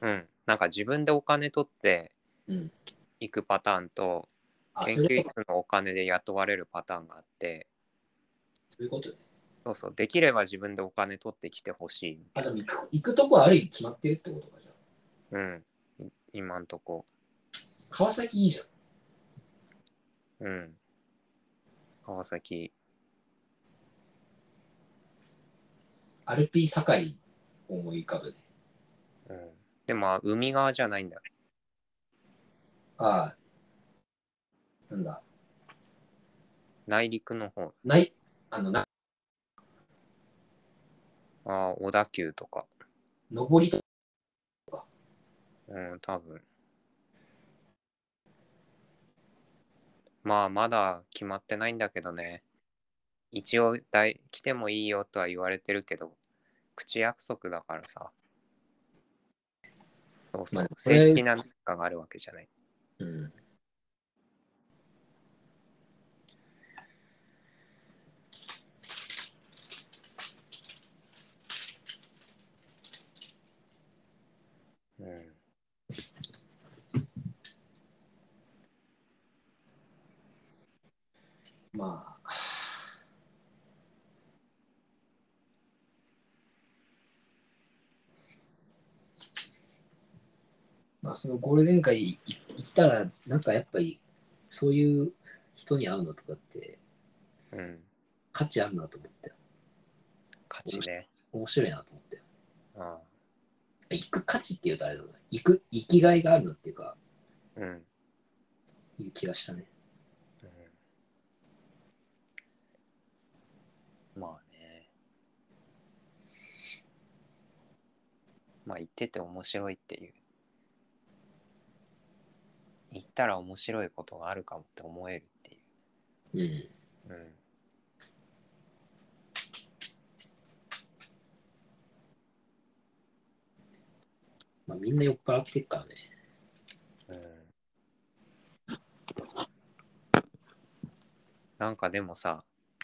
Speaker 2: うん、なんか自分でお金取って
Speaker 1: うん。
Speaker 2: いくパターンと
Speaker 1: あ、
Speaker 2: 研
Speaker 1: それ
Speaker 2: 究室のお金で雇われるパターンがあって
Speaker 1: そういうことね。
Speaker 2: そうそうできれば自分でお金取ってきてほしいみ
Speaker 1: あ、
Speaker 2: たい
Speaker 1: じゃあ行く行くとこはある意味決まってるってことかじゃあ。
Speaker 2: な、うん、い今んとこ、
Speaker 1: 川崎いいじゃん。
Speaker 2: うん、川崎
Speaker 1: アルピー堺を思い浮かぶね。
Speaker 2: うん、でもまあ海側じゃないんだよ
Speaker 1: ああ、なんだ、
Speaker 2: 内陸の方
Speaker 1: ない、あの、な
Speaker 2: ああ小田急とか
Speaker 1: 上りと、
Speaker 2: うん多分まあまだ決まってないんだけどね一応大来てもいいよとは言われてるけど口約束だからさそう
Speaker 1: ま
Speaker 2: そう、
Speaker 1: あこれ
Speaker 2: 正式な何かがあるわけじゃない
Speaker 1: うん。
Speaker 2: うん
Speaker 1: まあ。まあ、そのゴールデン街い行ったら、なんかやっぱり、そういう人に会うのとかって
Speaker 2: うん
Speaker 1: 価値あるなと思って、
Speaker 2: 勝ちね
Speaker 1: 面白いなと思って。
Speaker 2: あ
Speaker 1: 行く価値っていうとあれだな。行く、生きがいがあるなっていうか、
Speaker 2: あうん
Speaker 1: いう気がしたね。
Speaker 2: うんまあね。まあ言ってて面白いっていう。言ったら面白いことがあるかもって思えるってい
Speaker 1: うん。
Speaker 2: う。うん。
Speaker 1: まあ、みんな酔っ払ってっからね。
Speaker 2: うんなんかでもさ、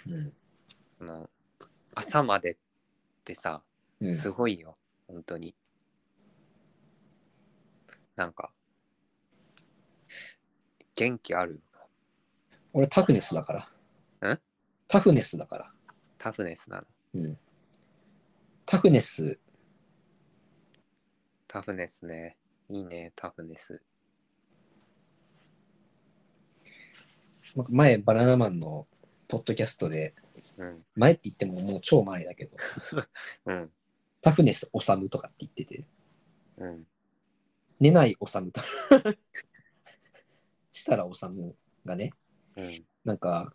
Speaker 1: うん。
Speaker 2: その朝までってさ、
Speaker 1: うん、
Speaker 2: すごいよ、本当に。なんか、元気ある
Speaker 1: 俺タフネスだから。
Speaker 2: ん
Speaker 1: タフネスだから。
Speaker 2: タフネスなの。
Speaker 1: うん。タフネス、
Speaker 2: タフネスね。いいね、タフネス。
Speaker 1: なんか前バナナマンのポッドキャストで、
Speaker 2: うん。
Speaker 1: 前って言ってももう超前だけど、
Speaker 2: うん。
Speaker 1: タフネスおさむとかって言ってて、
Speaker 2: うん。
Speaker 1: 寝ないおさむと。 したらおさむがね、
Speaker 2: うん。
Speaker 1: なんか、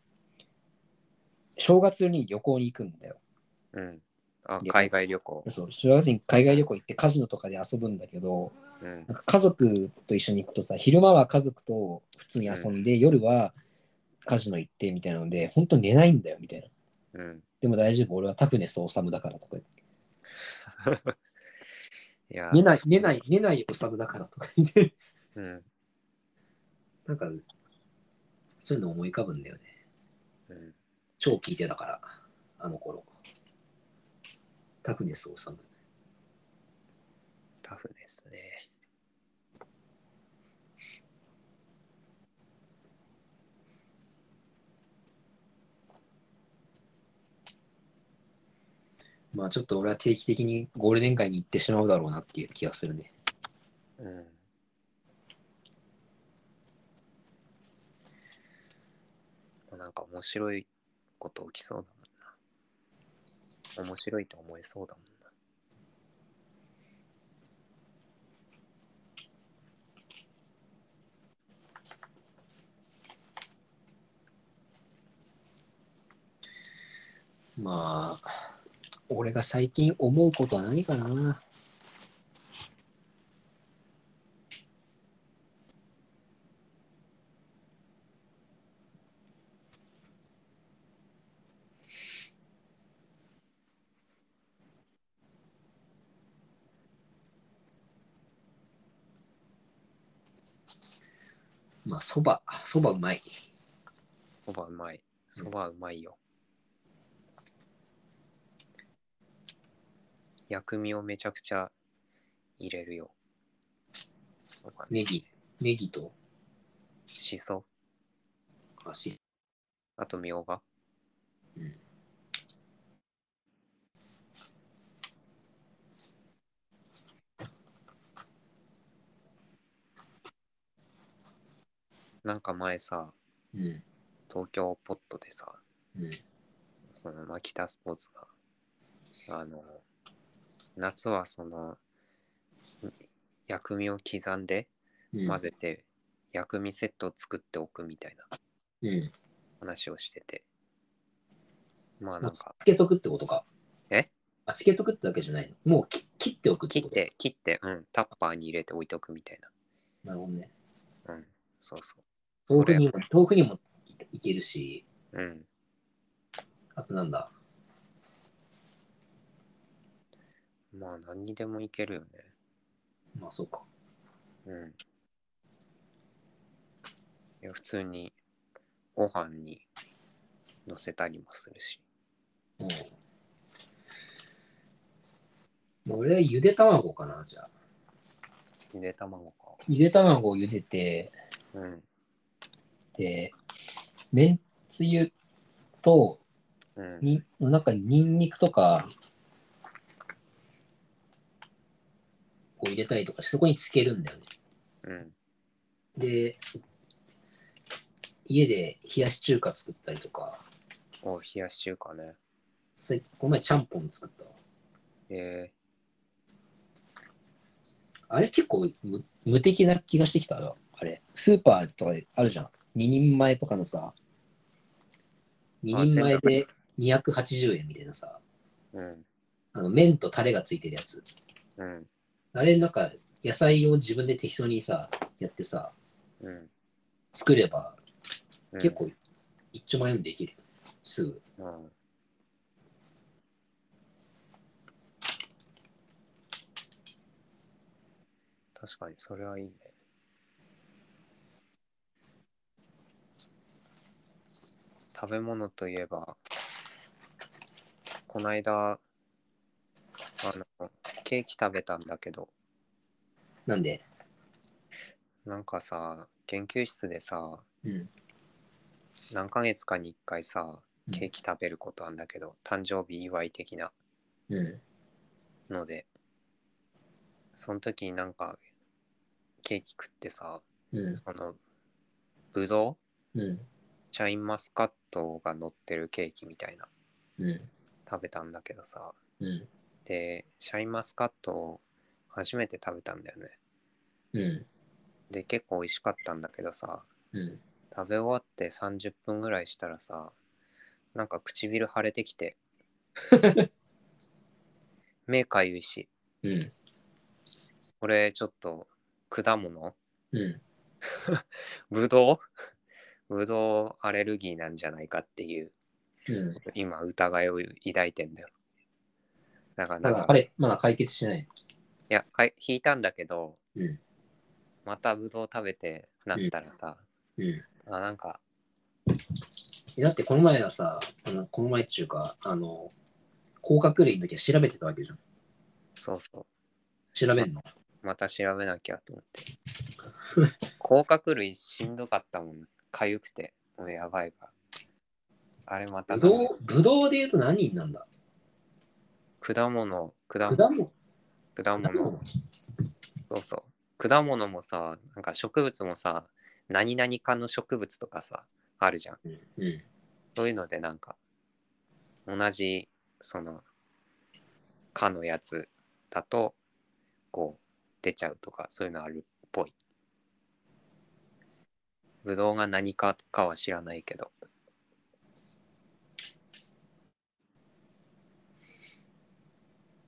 Speaker 1: 正月に旅行に行くんだよ。
Speaker 2: うん。あ、
Speaker 1: いや
Speaker 2: 海外旅行。
Speaker 1: そう、正月に海外旅行行ってカジノとかで遊ぶんだけど、
Speaker 2: うん。
Speaker 1: なんか家族と一緒に行くとさ、昼間は家族と普通に遊んで、夜はカジノ行ってみたいなので、本当寝ないんだよみたいな。
Speaker 2: うん。
Speaker 1: でも大丈夫、俺はタフネスおさむだからとか言って。
Speaker 2: いや、
Speaker 1: 寝ない、寝ない、寝ないおさむだからとか言って。
Speaker 2: うん。
Speaker 1: なんか、そういうの思い浮かぶんだよね。
Speaker 2: うん。
Speaker 1: 超聞いてたから、あの頃。タフネスおさむ。
Speaker 2: タフネスね。
Speaker 1: まあちょっと俺は定期的にゴールデン街に行ってしまうだろうなっていう気がするね。
Speaker 2: うん。なんか面白いこと起きそうだもんな。面白いと思えそうだもんな。
Speaker 1: まあ、俺が最近思うことは何かな。まあ、そば、そばうまい。
Speaker 2: そばうまい。そばうまいよ。薬味をめちゃくちゃ入れるよ。そば
Speaker 1: ネギ、ネギと、
Speaker 2: しそ、
Speaker 1: あ、し
Speaker 2: あとみょうが。
Speaker 1: うん
Speaker 2: なんか前さ、
Speaker 1: うん、
Speaker 2: 東京ポットでさ、
Speaker 1: うん、
Speaker 2: そのマキタスポーツが、あの、夏はその、薬味を刻んで
Speaker 1: うん。
Speaker 2: 混ぜて、薬味セットを作っておくみたいな
Speaker 1: うん。
Speaker 2: 話をしてて。まあ
Speaker 1: ま
Speaker 2: な
Speaker 1: あ
Speaker 2: んか、
Speaker 1: つけとくってことか。
Speaker 2: え
Speaker 1: あ、つけとくってわけじゃないの。もうき切っておくって
Speaker 2: 切
Speaker 1: こ
Speaker 2: っ
Speaker 1: と。
Speaker 2: て、切って、うん、タッパーに入れて置いとくみたい
Speaker 1: なるほどね。
Speaker 2: な。うん、そうそう。
Speaker 1: 豆
Speaker 2: そ
Speaker 1: 腐
Speaker 2: れ
Speaker 1: にも、豆腐にもいいけるし、
Speaker 2: うん、
Speaker 1: あとなんだ
Speaker 2: まあ何にでもいけるよね。
Speaker 1: まあそうか。
Speaker 2: うん。いや普通にご飯に乗せたりもするし。
Speaker 1: うん。まあ俺はゆで卵かな、じゃあ。
Speaker 2: ゆで卵か。
Speaker 1: ゆで卵をゆでて、
Speaker 2: うん。
Speaker 1: で、めんつゆと、
Speaker 2: うん。
Speaker 1: にの中にニンニクとか、こう入れたりとかして、そこにつけるんだよね。
Speaker 2: うん。
Speaker 1: で、家で冷やし中華作ったりとか、
Speaker 2: お冷やし中華ね。
Speaker 1: さこの前ちゃんぽん作ったわ。
Speaker 2: え
Speaker 1: あれ結構無無敵な気がしてきたなあれ。スーパーとかであるじゃん。2人前とかのさ、2人前で280円みたいなさ、
Speaker 2: ー、うん。
Speaker 1: あの麺とタレがついてるやつ。
Speaker 2: うん。
Speaker 1: あれなんか野菜を自分で適当にさ、やってさ、
Speaker 2: うん。
Speaker 1: 作れば
Speaker 2: うん
Speaker 1: 結構一丁前にできる。すぐ。
Speaker 2: うん。確かに、それはいいね。食べ物といえば、こないだ、あの、ケーキ食べたんだけど、
Speaker 1: なんで、
Speaker 2: なんかさ、研究室でさ、
Speaker 1: うん。
Speaker 2: 何ヶ月かに一回さ、
Speaker 1: うん
Speaker 2: ケーキ食べることあんだけど、誕生日祝い的な。
Speaker 1: うん。
Speaker 2: のでその時になんかケーキ食ってさ
Speaker 1: うん。
Speaker 2: そのぶどう
Speaker 1: うん。
Speaker 2: シャインマスカットが乗ってるケーキみたいな
Speaker 1: うん。
Speaker 2: 食べたんだけどさ
Speaker 1: うん。
Speaker 2: でシャインマスカットを初めて食べたんだよね
Speaker 1: うん。
Speaker 2: で結構美味しかったんだけどさ
Speaker 1: うん。
Speaker 2: 食べ終わって30分ぐらいしたらさなんか唇腫れてきて目かゆいし
Speaker 1: うん。
Speaker 2: これちょっと果物
Speaker 1: うん。
Speaker 2: ぶ どうぶどうアレルギーなんじゃないかっていう
Speaker 1: うん。
Speaker 2: 今疑いを抱いてんだよだから
Speaker 1: ま
Speaker 2: なん
Speaker 1: だ
Speaker 2: か
Speaker 1: 彼、まだ解決しない。
Speaker 2: いやかい引いたんだけど
Speaker 1: うん。
Speaker 2: またぶどう食べてなったらさ、
Speaker 1: うん。
Speaker 2: あなんか
Speaker 1: えだってこの前はさ、あのこの前っていうか、あの、甲殻類の時は調べてたわけじゃん。
Speaker 2: そうそ
Speaker 1: 調べんの。
Speaker 2: うまた調べなきゃと思って 甲殻類しんどかったもんかゆくてもうやばいからあれまた
Speaker 1: ぶ
Speaker 2: なんか
Speaker 1: どう、ぶどうで言うと何になんだ
Speaker 2: 果物果
Speaker 1: 果
Speaker 2: 物
Speaker 1: 物。
Speaker 2: 果
Speaker 1: 果
Speaker 2: 物
Speaker 1: 物。
Speaker 2: そうそう。果物もさ、なんか植物もさ、何々科の植物とかさ、あるじゃん。
Speaker 1: うん。うん。
Speaker 2: そういうのでなんか、同じ、その、科のやつだと、こう、出ちゃうとか、そういうのあるっぽい。ぶどうが何かかは知らないけど。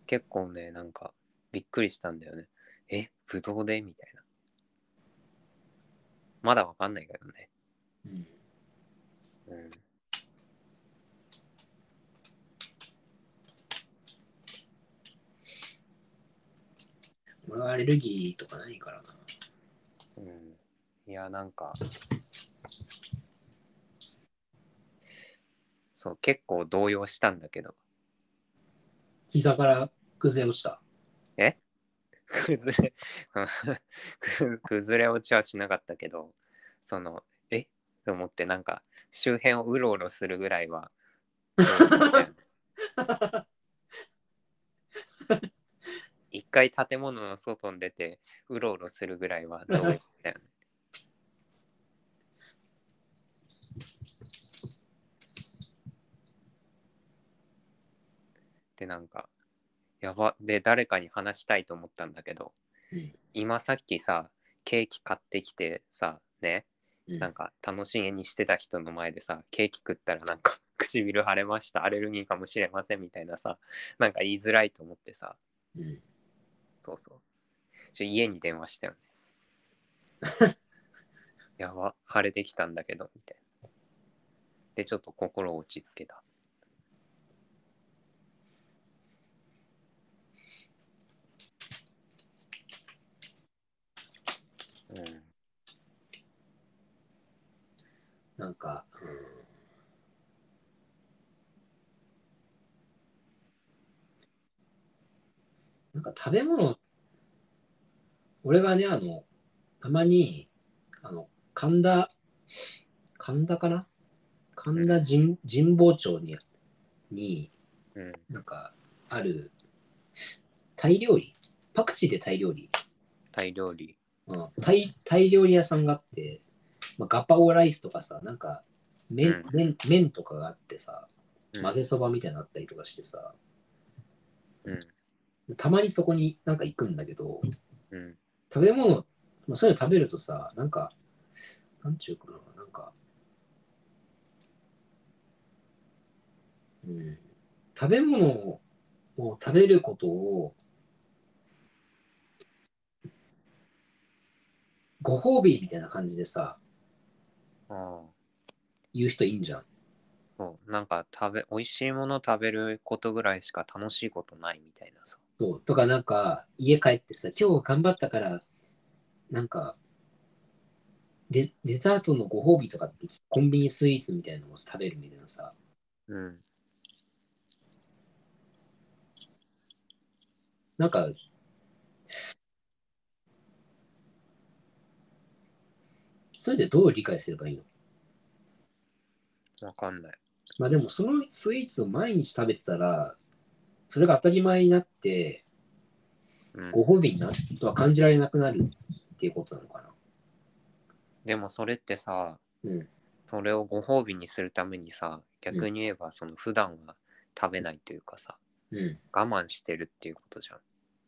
Speaker 2: 結構ね、なんか、びっくりしたんだよね。え、ぶどうでみたいな。まだわかんないけどね。
Speaker 1: うん
Speaker 2: うん。
Speaker 1: 俺はアレルギーとかないからな。
Speaker 2: うんいや、なんか、そう、結構動揺したんだけど、
Speaker 1: 膝から崩れ落ちた。
Speaker 2: 崩れ、うん 崩れ落ちはしなかったけど、その、えと思って、なんか、周辺をうろうろするぐら いは、一回建物の外に出て、うろうろするぐらいは動揺したよね。で、なんか、やば、で、誰かに話したいと思ったんだけど、
Speaker 1: うん
Speaker 2: 今さっきさ、ケーキ買ってきてさ、ね、
Speaker 1: うん
Speaker 2: なんか楽しげにしてた人の前でさ、ケーキ食ったらなんか 唇腫れました、アレルギーかもしれませんみたいなさ、なんか言いづらいと思ってさ、
Speaker 1: うん。
Speaker 2: そうそう。ちょ家に電話したよね。やば、腫れてきたんだけど、みたいな。で、ちょっと心を落ち着けた。
Speaker 1: なんか、うん、なんか食べ物、俺がね、あの、たまに、あの、神田、神田かな神田神神保町に、に、
Speaker 2: うん。
Speaker 1: なんか、ある、タイ料理パクチーでタイ料理、
Speaker 2: タイ料理。
Speaker 1: うん、タイタイ料理屋さんがあって、まあ、ガパオライスとかさ、なんか麺、
Speaker 2: うん
Speaker 1: 麺麺とかがあってさ、
Speaker 2: うん
Speaker 1: 混ぜそばみたいなのあったりとかしてさ、
Speaker 2: うん。
Speaker 1: たまにそこになんか行くんだけど、
Speaker 2: うん。
Speaker 1: 食べ物、まあ、そういうの食べるとさ、なんか、なんちゅうかな、なんか、うん、食べ物を食べることを、ご褒美みたいな感じでさ、
Speaker 2: ああ。
Speaker 1: 言う人いいんじゃん。
Speaker 2: そう。なんか食べ、美味しいもの食べることぐらいしか楽しいことないみたいなさ。
Speaker 1: そうとか、なんか、家帰ってさ、今日頑張ったから、なんか、デデザートのご褒美とかってコンビニスイーツみたいなのを食べるみたいなさ、
Speaker 2: うん。
Speaker 1: なんか、それでどう理解すればいいの
Speaker 2: わかんない。
Speaker 1: まあでもそのスイーツを毎日食べてたら、それが当たり前になって、
Speaker 2: うん。
Speaker 1: ご褒美になるとは感じられなくなるっていうことなのか
Speaker 2: でもそれってさ、
Speaker 1: な。うん。
Speaker 2: それをご褒美にするためにさ、逆に言えばその普段は食べないというかさ、
Speaker 1: うん。
Speaker 2: 我慢してるっていうことじゃん。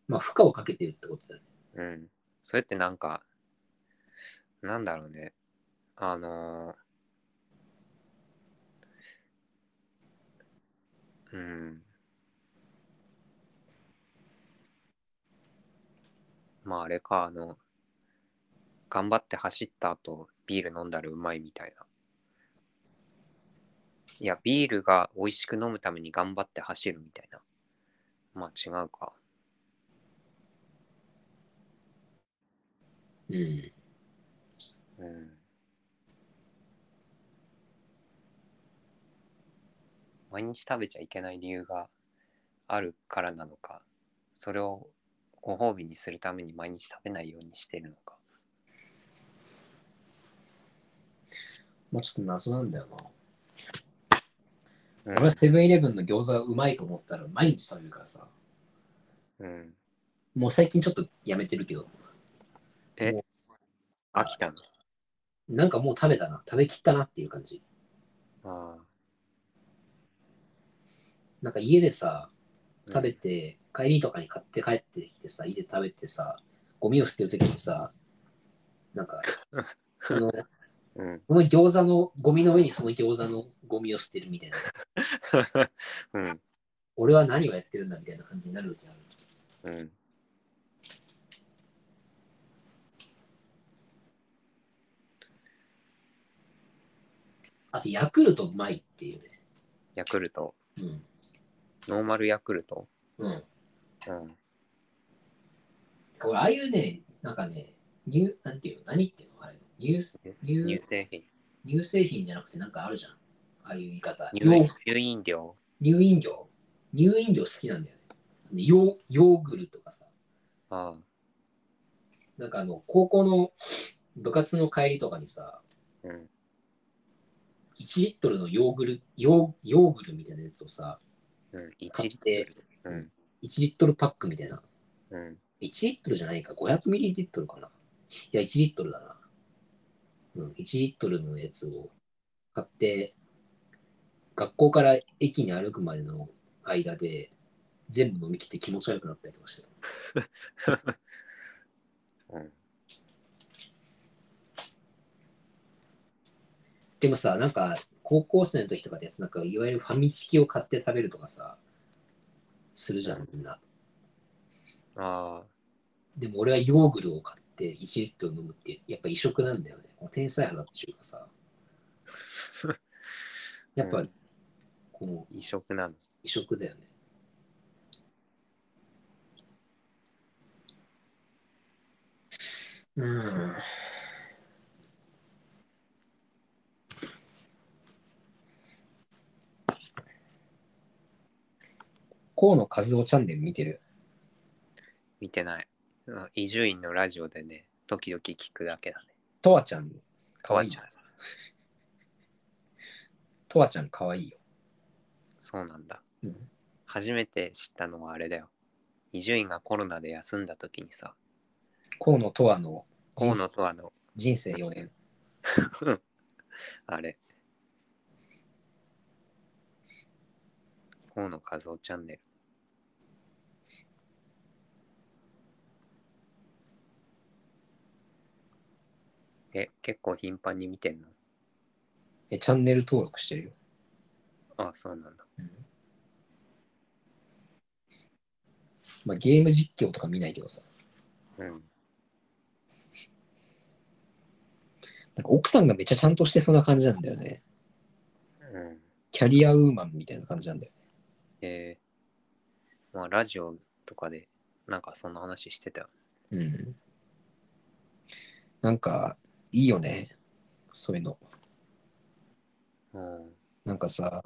Speaker 1: まあ負荷をかけてるってことだよね。
Speaker 2: うん。それってなんか、なんだろうね。あのーうん。まああれか、あの、頑張って走った後、ビール飲んだらうまいみたいな。いや、ビールが美味しく飲むために頑張って走るみたいな。まあ違うか。
Speaker 1: うん。
Speaker 2: うん毎日食べちゃいけない理由があるからなのかそれをご褒美にするために毎日食べないようにしてるのか
Speaker 1: まあちょっと謎なんだよな。
Speaker 2: う
Speaker 1: 俺はセブンイレブンの餃子がうまいと思ったら毎日食べるからさ。
Speaker 2: うん、
Speaker 1: もう最近ちょっとやめてるけど、
Speaker 2: え飽きたの
Speaker 1: なんかもう食べたな、食べきったなっていう感じ。
Speaker 2: あ
Speaker 1: なんか家でさ、
Speaker 2: あ
Speaker 1: 食べて、帰りとかに買って帰ってきてさ、家で食べてさ、ゴミを捨てるときにさ、なん か、その
Speaker 2: うん
Speaker 1: その餃子のゴミの上にその餃子のゴミを捨てるみたいな。
Speaker 2: うん
Speaker 1: 俺は何をやってるんだみたいな感じになる時ある。
Speaker 2: うん
Speaker 1: あと、ヤクルトうまいっていうね。
Speaker 2: ヤクルトノーマルヤクルト
Speaker 1: うん。うん。
Speaker 2: うん
Speaker 1: 俺、ああいうね、なんかね、乳、なんていうの何っていうのあれ乳、
Speaker 2: 乳
Speaker 1: 乳、
Speaker 2: 製品
Speaker 1: 乳製品じゃなくてなんかあるじゃん。ああいう言い方。
Speaker 2: 乳
Speaker 1: 要
Speaker 2: 乳飲料
Speaker 1: 乳飲料乳飲料好きなんだよね。ヨーヨーグルトとかさ。
Speaker 2: あ
Speaker 1: なんかあの、高校の部活の帰りとかにさ、
Speaker 2: あうん
Speaker 1: 1リットルのヨーグル、ヨーヨーグルみたいなやつをさ、
Speaker 2: うん1
Speaker 1: 買っ
Speaker 2: リット
Speaker 1: て
Speaker 2: ル、うん
Speaker 1: 1リットルパックみたいな。
Speaker 2: うん
Speaker 1: 1リットルじゃないか、500ミリリットルかな。いや、1リットルだな。うん、1リットルのやつを買って、学校から駅に歩くまでの間で、全部飲み切って気持ち悪くなったりとかしてた。
Speaker 2: うん
Speaker 1: でもさ、なんか、高校生の時とかでやつ、なんか、いわゆるファミチキを買って食べるとかさ、するじゃん、みんな。
Speaker 2: ああ
Speaker 1: でも俺はヨーグルを買って1リットル飲むって、やっぱ異色なんだよね。この天才肌っていうか さ。やっぱ、
Speaker 2: うん
Speaker 1: この
Speaker 2: 異色なの
Speaker 1: 異色だよね。うん。河野和夫チャンネル見てる。
Speaker 2: 見てない。うん伊集院のラジオでね、時々聞くだけだね。
Speaker 1: とわちゃん、かわいい
Speaker 2: と
Speaker 1: じ
Speaker 2: わ
Speaker 1: ゃ
Speaker 2: ち
Speaker 1: ん。とわちゃん、かわいいよ。
Speaker 2: そうなんだ。
Speaker 1: うん
Speaker 2: 初めて知ったのはあれだよ。伊集院がコロナで休んだ時にさ、
Speaker 1: 河野とわの
Speaker 2: 河
Speaker 1: 人
Speaker 2: 野
Speaker 1: 生
Speaker 2: とあの、
Speaker 1: 人生4年。
Speaker 2: あれ。河野和夫チャンネル。え、結構頻繁に見てんの
Speaker 1: え、チャンネル登録してるよ。
Speaker 2: あそうなんだ。
Speaker 1: まあ、ゲーム実況とか見ないけどさ。
Speaker 2: うん。
Speaker 1: なんか奥さんがめっちゃちゃんとしてそうな感じなんだよね。
Speaker 2: うん。
Speaker 1: キャリアウーマンみたいな感じなんだよね。
Speaker 2: えー、まあ、ラジオとかで、なんかそんな話してたよ。
Speaker 1: うん。なんか、いいよね。そういうの。
Speaker 2: うん。
Speaker 1: なんかさ、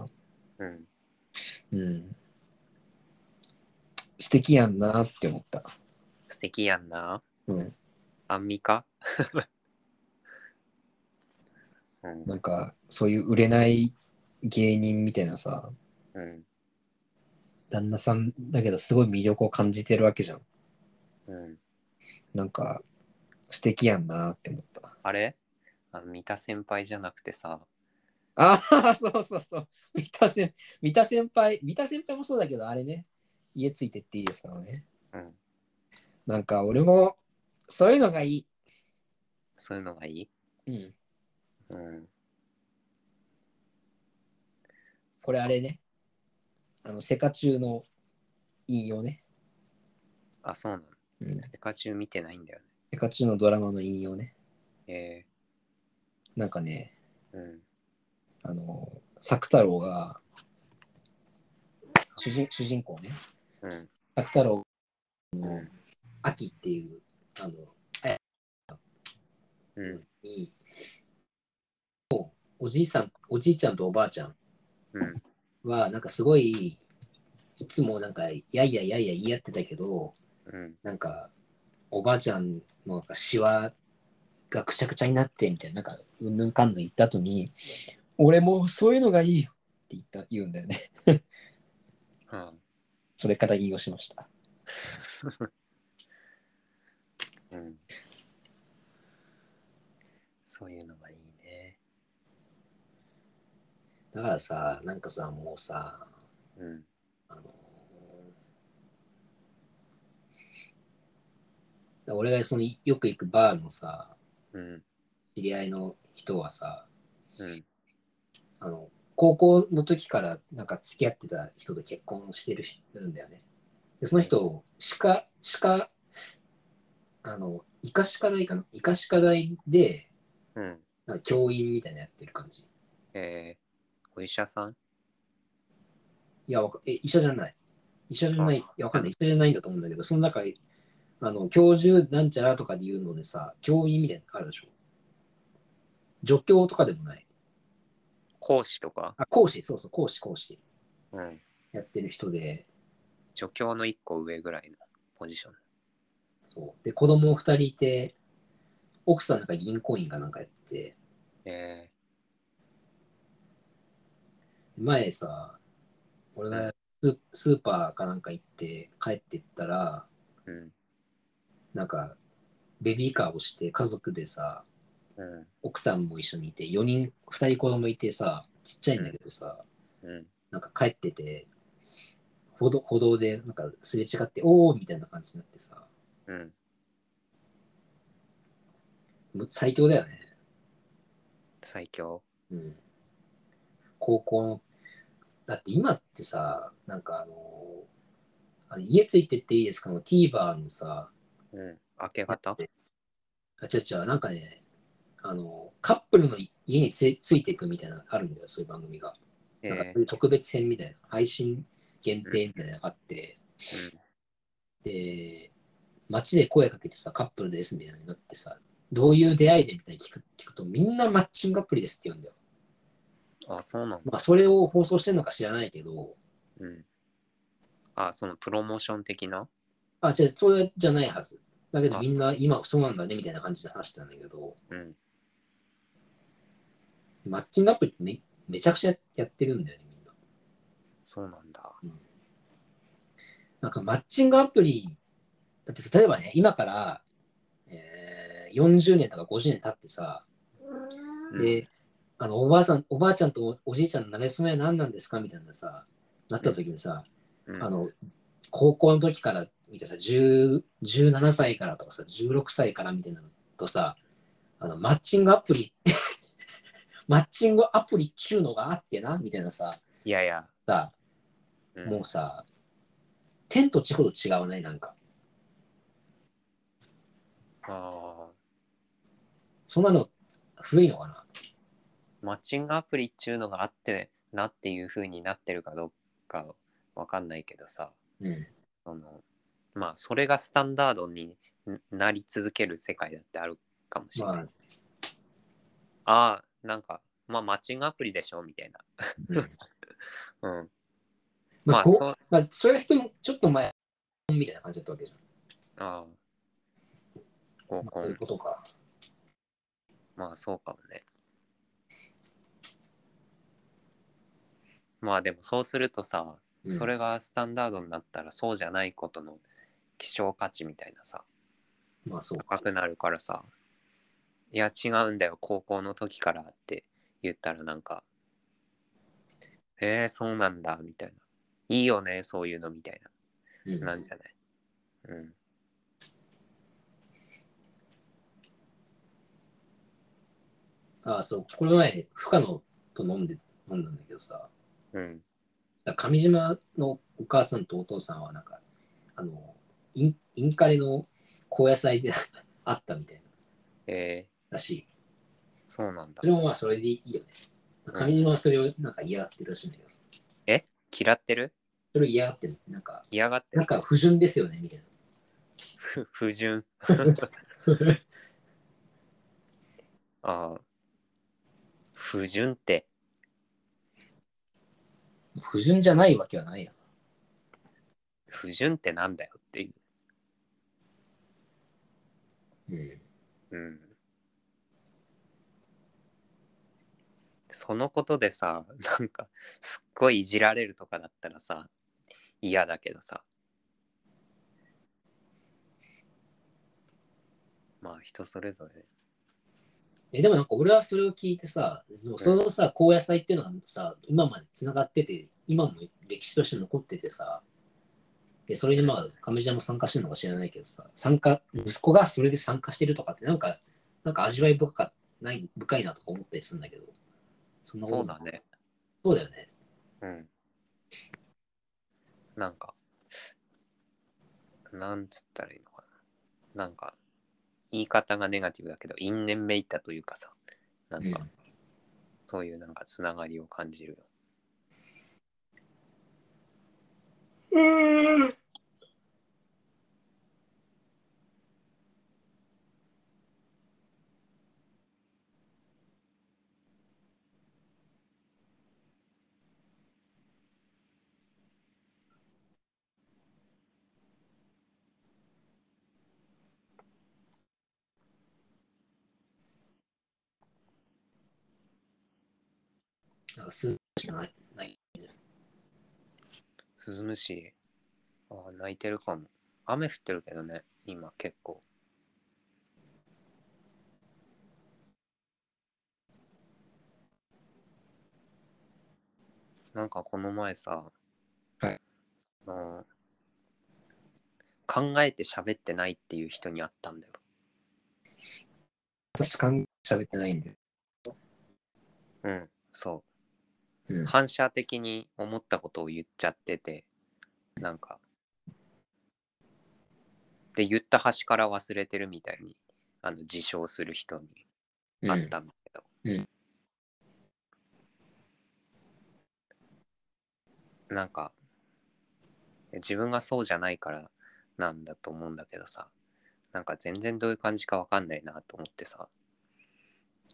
Speaker 2: うん。
Speaker 1: うん。素敵やんなって思った。
Speaker 2: 素敵やんな。
Speaker 1: うん。
Speaker 2: アンミカ うん
Speaker 1: なんか、そういう売れない芸人みたいなさ、
Speaker 2: うん
Speaker 1: 旦那さんだけどすごい魅力を感じてるわけじゃん。
Speaker 2: うん
Speaker 1: なんか、素敵やんなって思った。
Speaker 2: あれあの三田先輩じゃなくてさ
Speaker 1: ああ、そうそうそう。三田先三田先輩、三田先輩もそうだけど、あれね、家ついてっていいですからね。
Speaker 2: うん
Speaker 1: なんか、俺も、そういうのがいい。
Speaker 2: そういうのがいい
Speaker 1: うん。
Speaker 2: うん
Speaker 1: これあれね。あの、セカ中の引用ね。
Speaker 2: あそうなの
Speaker 1: うん。
Speaker 2: セカチュウ見てないんだよね
Speaker 1: セカ中のドラマの引用ね。
Speaker 2: え
Speaker 1: なんかね、
Speaker 2: ー、うん
Speaker 1: あの、作太郎が、主人主人公ね、
Speaker 2: うん
Speaker 1: 作太郎
Speaker 2: うん
Speaker 1: 秋っていう、あの、
Speaker 2: うん
Speaker 1: に、おじいさん、おじいちゃんとおばあちゃん
Speaker 2: うん
Speaker 1: は、なんかすごい、いつもなんか、やいやいやいや言い合ってたけど、
Speaker 2: うん
Speaker 1: なんか、おばあちゃんのなんかシワがくちゃくちゃになって、みたいな、なんか、うんぬんかんぬん言った後に、俺もうそういうのがいいよって言った、言うんだよね。
Speaker 2: うん
Speaker 1: それから引用しました。
Speaker 2: うんそういうのがいいね
Speaker 1: だからさ、なんかさ、もうさ、
Speaker 2: うん
Speaker 1: あのーだから俺がそのよく行くバーのさ、
Speaker 2: うん
Speaker 1: 知り合いの人はさ、
Speaker 2: うん
Speaker 1: あの高校の時からなんか付き合ってた人と結婚してる人いるんだよね。でその人、鹿、鹿、あの、イカシカ大かなイカシカ大で、
Speaker 2: うん
Speaker 1: なんか教員みたいなやってる感じ。
Speaker 2: えー、お医者さん
Speaker 1: いや、わかえ医者じゃない。医者じゃない。いや、わかんない。医者じゃないんだと思うんだけど、その中、あの、教授なんちゃらとかで言うのでさ、教員みたいなのあるでしょ。助教とかでもない。
Speaker 2: 講師とか
Speaker 1: あ、講師、そうそう、講師、講師。
Speaker 2: うん
Speaker 1: やってる人で、
Speaker 2: 助教の一個上ぐらいのポジション
Speaker 1: そう。で、子供2人いて、奥さんなんか銀行員かなんかやって、
Speaker 2: え
Speaker 1: 前さ、俺がススーパーかなんか行って帰ってったら、
Speaker 2: ー、うん
Speaker 1: なんか、ベビーカーをして家族でさ、
Speaker 2: うん
Speaker 1: 奥さんも一緒にいて4人2人子供いてさちっちゃいんだけどさ、
Speaker 2: うん
Speaker 1: なんか帰ってて歩道歩道でなんかすれ違っておおみたいな感じになってさ
Speaker 2: うん
Speaker 1: もう最強だよね、
Speaker 2: 最強
Speaker 1: うん、高校のだって今ってさなんかあのーあれ家ついてっていいですかの TVer のさ
Speaker 2: うん明け方
Speaker 1: あちゃちゃなんかねあのーカップルの家につついていくみたいなのあるんだよそういう番組が
Speaker 2: え
Speaker 1: なんか
Speaker 2: ー
Speaker 1: そういう特別編みたいな、配信限定みたいなのがあって、で、街で声かけてさ、カップルですみたいになってさ、どういう出会いでみたいに聞く聞くと、みんなマッチングアプリですって言うんだよ。
Speaker 2: うん、あそうなんだ、
Speaker 1: まあ、それを放送してるのか知らないけど、
Speaker 2: うんあ、そのプロモーション的な
Speaker 1: あ、違う、それじゃないはず。だけど
Speaker 2: あ
Speaker 1: みんな今そうなんだねみたいな感じで話してたんだけど、
Speaker 2: うん。
Speaker 1: マッチングアプリってめめちゃくちゃやってるんだよね、みんな。
Speaker 2: そうなんだ。
Speaker 1: なんかマッチングアプリ、だってさ例えばね、今から、えー40年とか50年経ってさ、
Speaker 2: うん
Speaker 1: で、あのおばあさん、おばあちゃんとおおじいちゃんの馴れ初めは何なんですかみたいなさ、なった時にさ、
Speaker 2: うん
Speaker 1: あの、高校の時から見てさ、10 17歳からとかさ、16歳からみたいなのとさ、あの、マッチングアプリ、 マッチングアプリっちゅうのがあってな、みたいなさ、
Speaker 2: いやいや、
Speaker 1: さ、
Speaker 2: うん
Speaker 1: もうさ、天と地ほど違うね、なんか。
Speaker 2: あー
Speaker 1: そんなの古いのかな
Speaker 2: マッチングアプリっちゅうのがあってなっていう風になってるかどうかわかんないけどさ、
Speaker 1: うん。
Speaker 2: そのまあそれがスタンダードになり続ける世界だってあるかもしれない。
Speaker 1: まあ
Speaker 2: ああ、なんか、まあマッチングアプリでしょみたい
Speaker 1: うん
Speaker 2: な。 うん。
Speaker 1: ま
Speaker 2: ま
Speaker 1: あ、
Speaker 2: あ
Speaker 1: こう
Speaker 2: そう、
Speaker 1: まあ、それが人もちょっと前、みたいな感じだったわけじゃん。
Speaker 2: ああ。
Speaker 1: ま
Speaker 2: 合
Speaker 1: あ
Speaker 2: コ
Speaker 1: そういう
Speaker 2: ン、
Speaker 1: ことか。
Speaker 2: まあそうかもね。まあでもそうするとさ、
Speaker 1: うん
Speaker 2: それがスタンダードになったらそうじゃないことの希少価値みたいなさ、
Speaker 1: まあ、そうか
Speaker 2: 高。くなるからさ、いや違うんだよ、高校の時からって言ったらなんか、えー、そうなんだ、みたいな。いいよね、そういうのみたいな。
Speaker 1: うん
Speaker 2: なんじゃないうん。
Speaker 1: ああ、そう、この前、深野と飲んで、飲んだんだけどさ、
Speaker 2: うん。
Speaker 1: だから上島のお母さんとお父さんは、なんか、あの、インインカレの高野菜であったみたいな
Speaker 2: え
Speaker 1: らしい。
Speaker 2: ー、そうなんだ
Speaker 1: そ。れもまあ、それでいいよね。上島はそれをなんか嫌がってるらしいんだけどさ、
Speaker 2: 嫌ってる
Speaker 1: それを嫌がってる。なんか、
Speaker 2: 嫌がって
Speaker 1: な
Speaker 2: る
Speaker 1: んか不純ですよね、み たいな。
Speaker 2: 不不純。ああ。不純って。
Speaker 1: 不純じゃないわけはないやん。
Speaker 2: 不純ってなんだよっていう。
Speaker 1: うん。
Speaker 2: うん。そのことでさ、なんか、すっごいいじられるとかだったらさ、嫌だけどさ。まあ、人それぞれ。
Speaker 1: えでもなんか俺はそれを聞いてさ、でもそのさ、高野菜っていうのがさ、今までつながってて、今も歴史として残っててさ、でそれでまあ、上島も参加してるのか知らないけどさ、参加、息子がそれで参加してるとかって、なんか、なんか味わい深かない深いなとか思ったりするんだけど、そんなこと
Speaker 2: そうだね。
Speaker 1: そうだよね。
Speaker 2: うん。なんか、なんつったらいいのかな。なんか、言い方がネガティブだけど、因縁めいたというかさ、なんか、
Speaker 1: うん
Speaker 2: そういうなんかつながりを感じるよ。
Speaker 1: なんか、すしかない。ない
Speaker 2: スズムシ、あー泣いてるかも。雨降ってるけどね、今結構。なんかこの前さ、
Speaker 1: はい
Speaker 2: その考えて喋ってないっていう人に会ったんだよ。
Speaker 1: 私、かん喋ってないんで。
Speaker 2: うん、そう。
Speaker 1: うん。
Speaker 2: 反射的に思ったことを言っちゃっててなんかで言った端から忘れてるみたいにあの自称する人にあったんだけど、
Speaker 1: うん
Speaker 2: なんか自分がそうじゃないからなんだと思うんだけどさなんか全然どういう感じかわかんないなと思ってさ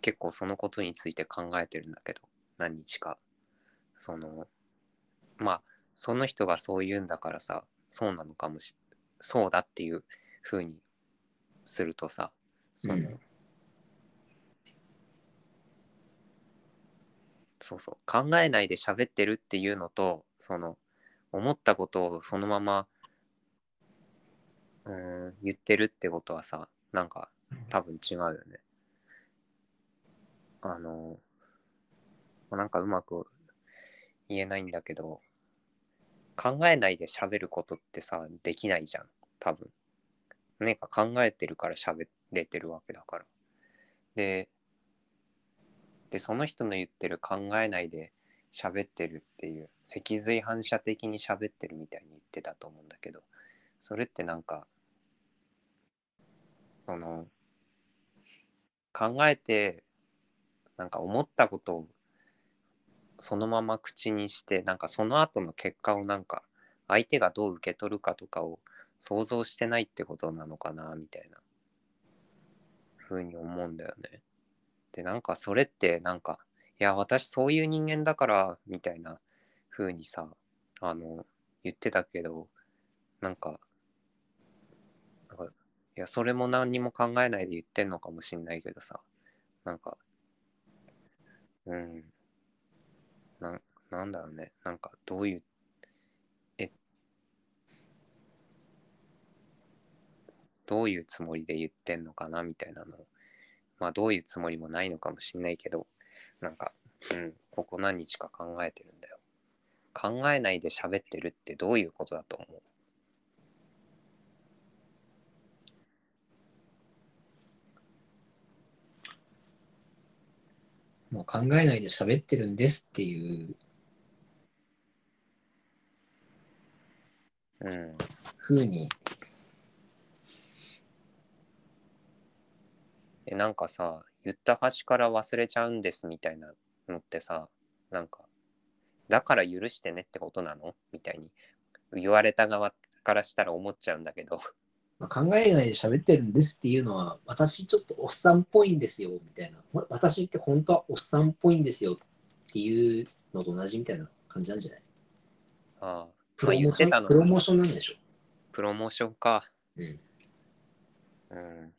Speaker 2: 結構そのことについて考えてるんだけど何日かそのまあその人がそう言うんだからさそうなのかもしそうだっていうふうにするとさその、
Speaker 1: うん
Speaker 2: そうそう考えないで喋ってるっていうのとその思ったことをそのままうーん言ってるってことはさなんか多分違うよね。あのまあなんかうまく言えないんだけど考えないで喋ることってさできないじゃん多分。何か考えてるから喋れてるわけだから。ででその人の言ってる考えないで喋ってるっていう脊髄反射的に喋ってるみたいに言ってたと思うんだけどそれってなんかその考えてなんか思ったことをそのまま口にしてなんかその後の結果をなんか相手がどう受け取るかとかを想像してないってことなのかなみたいな風に思うんだよね。でなんかそれってなんかいや私そういう人間だからみたいな風にさあの言ってたけどなんかなんかいやそれも何にも考えないで言ってんのかもしんないけどさなんかうんなんなんだろうねなんかどういうえどういうつもりで言ってんのかなみたいなのをまあどういうつもりもないのかもしんないけどなんか、うん、ここ何日か考えてるんだよ。考えないで喋ってるってどういうことだと思う
Speaker 1: まあ、考えないで喋ってるんですっていう
Speaker 2: うん、
Speaker 1: ふうに、
Speaker 2: えなんかさ言った端から忘れちゃうんですみたいなのってさなんかだから許してねってことなのみたいに言われた側からしたら思っちゃうんだけど
Speaker 1: まあ、考えないで喋ってるんですっていうのは、私ちょっとおっさんっぽいんですよ、みたいな。わ私って本当はおっさんっぽいんですよっていうのと同じみたいな感じなんじゃない
Speaker 2: ああ
Speaker 1: プロモーション
Speaker 2: まあ言ってたの
Speaker 1: プロモーションなんでしょ。
Speaker 2: プロモーションか
Speaker 1: うん。
Speaker 2: うん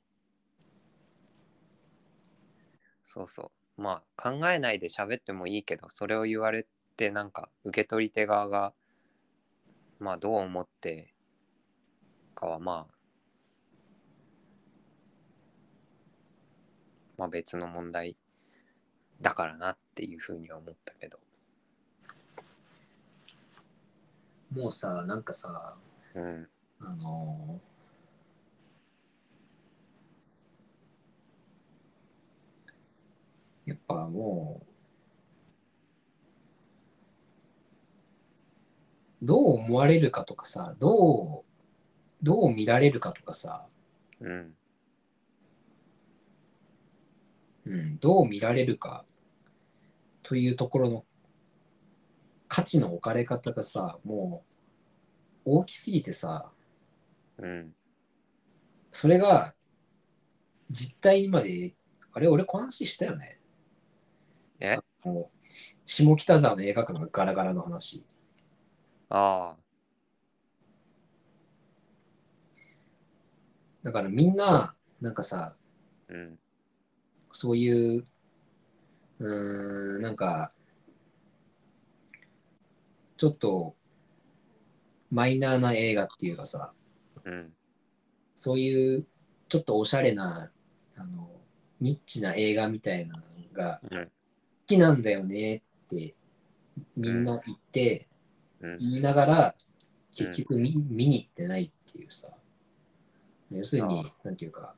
Speaker 2: そうそうまあ考えないで喋ってもいいけどそれを言われてなんか受け取り手側がまあどう思ってかはまあまあ別の問題だからなっていうふうには思ったけど
Speaker 1: もうさ、なんかさ、
Speaker 2: うん
Speaker 1: あのーやっぱもう、どう思われるかとかさ、どう、どう見られるかとかさ、
Speaker 2: うん
Speaker 1: うん、どう見られるかというところの価値の置かれ方がさ、もう大きすぎてさ、
Speaker 2: うん
Speaker 1: それが実態にまで、あれ、俺、この話したよね。
Speaker 2: え
Speaker 1: もう下北沢の映画館のガラガラの話。
Speaker 2: ああ
Speaker 1: だからみんな、なんかさ、
Speaker 2: うん
Speaker 1: そういう、うーん、なんか、ちょっとマイナーな映画っていうかさ、
Speaker 2: うん
Speaker 1: そういうちょっとおしゃれな、あの、ニッチな映画みたいなのが、
Speaker 2: うん
Speaker 1: 好きなんだよねってみんな言って、
Speaker 2: うん
Speaker 1: 言いながら
Speaker 2: うん
Speaker 1: 結局見,、見に行ってないっていうさ要する
Speaker 2: あ
Speaker 1: に
Speaker 2: あ
Speaker 1: なんていうか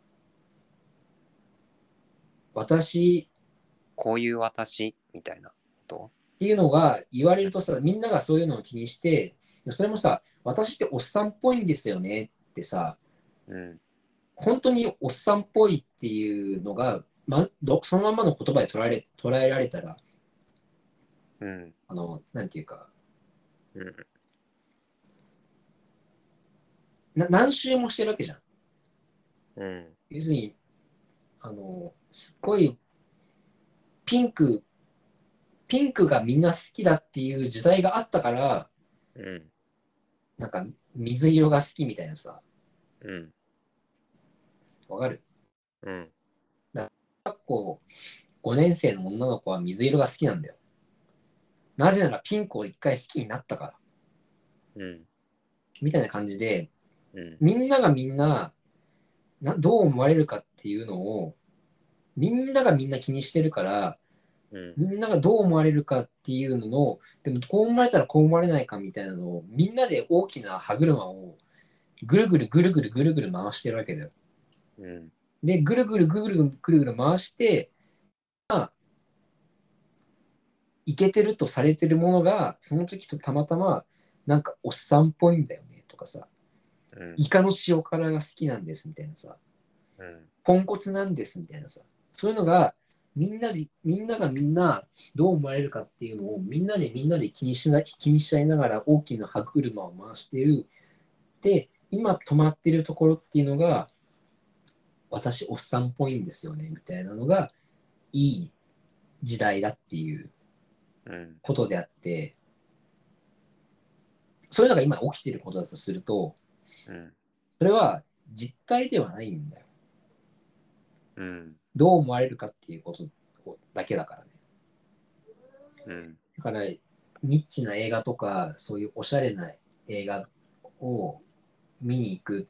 Speaker 1: 私
Speaker 2: こういう私みたいなこと
Speaker 1: っていうのが言われるとさみんながそういうのを気にしてそれもさ私っておっさんっぽいんですよねってさ
Speaker 2: うん
Speaker 1: 本当におっさんっぽいっていうのが、ま、どそのままの言葉で捉えれ捉えられたら
Speaker 2: うん
Speaker 1: あのなんていうか
Speaker 2: うん
Speaker 1: な何周もしてるわけじゃん。
Speaker 2: うん
Speaker 1: 要するにあのすっごいピンクピンクがみんな好きだっていう時代があったから
Speaker 2: うん。
Speaker 1: なんか水色が好きみたいなさ、
Speaker 2: うん。
Speaker 1: わかる
Speaker 2: うん。
Speaker 1: 学校5年生の女の子は水色が好きなんだよ。なぜならピンクを一回好きになったから。
Speaker 2: うん。
Speaker 1: みたいな感じで、
Speaker 2: うん。
Speaker 1: みんながみんななどう思われるかっていうのをみんながみんな気にしてるから
Speaker 2: うん。
Speaker 1: みんながどう思われるかっていうののでもこう思われたらこう思われないかみたいなのをみんなで大きな歯車をぐるぐるぐるぐるぐるぐる回してるわけだよ。
Speaker 2: うん。
Speaker 1: でぐるぐるぐるぐるぐるぐる回してまあいけてるとされてるものがその時とたまたまなんかおっさんっぽいんだよねとかさ
Speaker 2: うん。
Speaker 1: イカの塩辛が好きなんですみたいなさ
Speaker 2: うん。
Speaker 1: ポンコツなんですみたいなさそういうのがみんなでみんながみんなどう思われるかっていうのをみんなでみんなで気にしな気にし合いながら大きな歯車を回してるで今止まってるところっていうのが私おっさんっぽいんですよねみたいなのがいい時代だっていう
Speaker 2: うん。
Speaker 1: ことであってそういうのが今起きてることだとすると
Speaker 2: うん。
Speaker 1: それは実態ではないんだよ
Speaker 2: うん。
Speaker 1: どう思われるかっていうことだけだからね。
Speaker 2: うん。
Speaker 1: だから、ニッチな映画とか、そういうおしゃれな映画を見に行く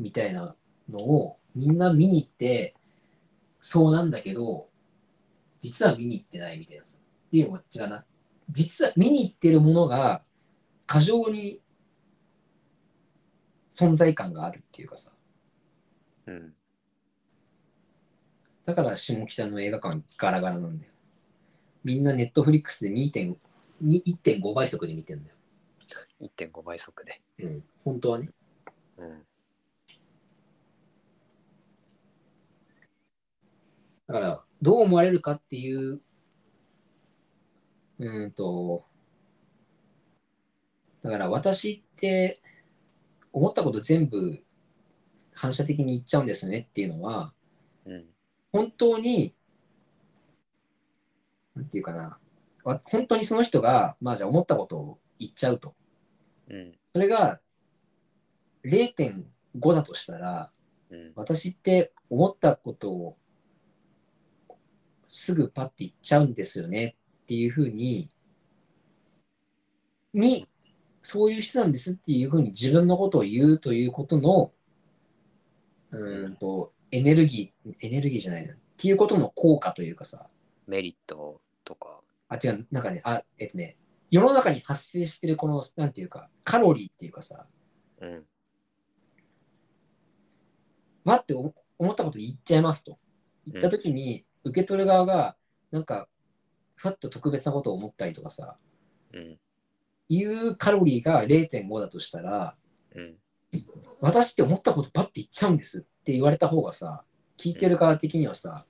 Speaker 1: みたいなのを、みんな見に行って、そうなんだけど、実は見に行ってないみたいなさ。っていうのも違うな。実は見に行ってるものが、過剰に存在感があるっていうかさ。
Speaker 2: うん。
Speaker 1: だから下北の映画館ガラガラなんだよ。みんなネットフリックスで2.5 1.5倍速で見てんだよ。
Speaker 2: 1.5倍速で。
Speaker 1: うん。本当はね。
Speaker 2: うん。
Speaker 1: だから、どう思われるかっていう、うーんと、だから私って思ったこと全部反射的に言っちゃうんですねっていうのは、
Speaker 2: うん。
Speaker 1: 本当に、なんていうかな、わ本当にその人が、まあじゃあ思ったことを言っちゃうと。
Speaker 2: うん。
Speaker 1: それが0.5だとしたら、
Speaker 2: うん。
Speaker 1: 私って思ったことをすぐパッて言っちゃうんですよねっていうふうに、に、そういう人なんですっていうふうに自分のことを言うということの、うーんと、エネルギー、エネルギーじゃないな、っていうことの効果というかさ、
Speaker 2: メリットとか。
Speaker 1: あ、違う、なんかね、あ、えっとね、世の中に発生してるこの、なんていうか、カロリーっていうかさ、
Speaker 2: うん。
Speaker 1: わって思思ったこと言っちゃいますと言った時に、受け取る側がなんかふわっと特別なことを思ったりとかさ
Speaker 2: うん。
Speaker 1: いうカロリーが0.5だとしたら
Speaker 2: うん。
Speaker 1: 私って思ったことばって言っちゃうんですって言われた方がさ聞いてる側的にはさ、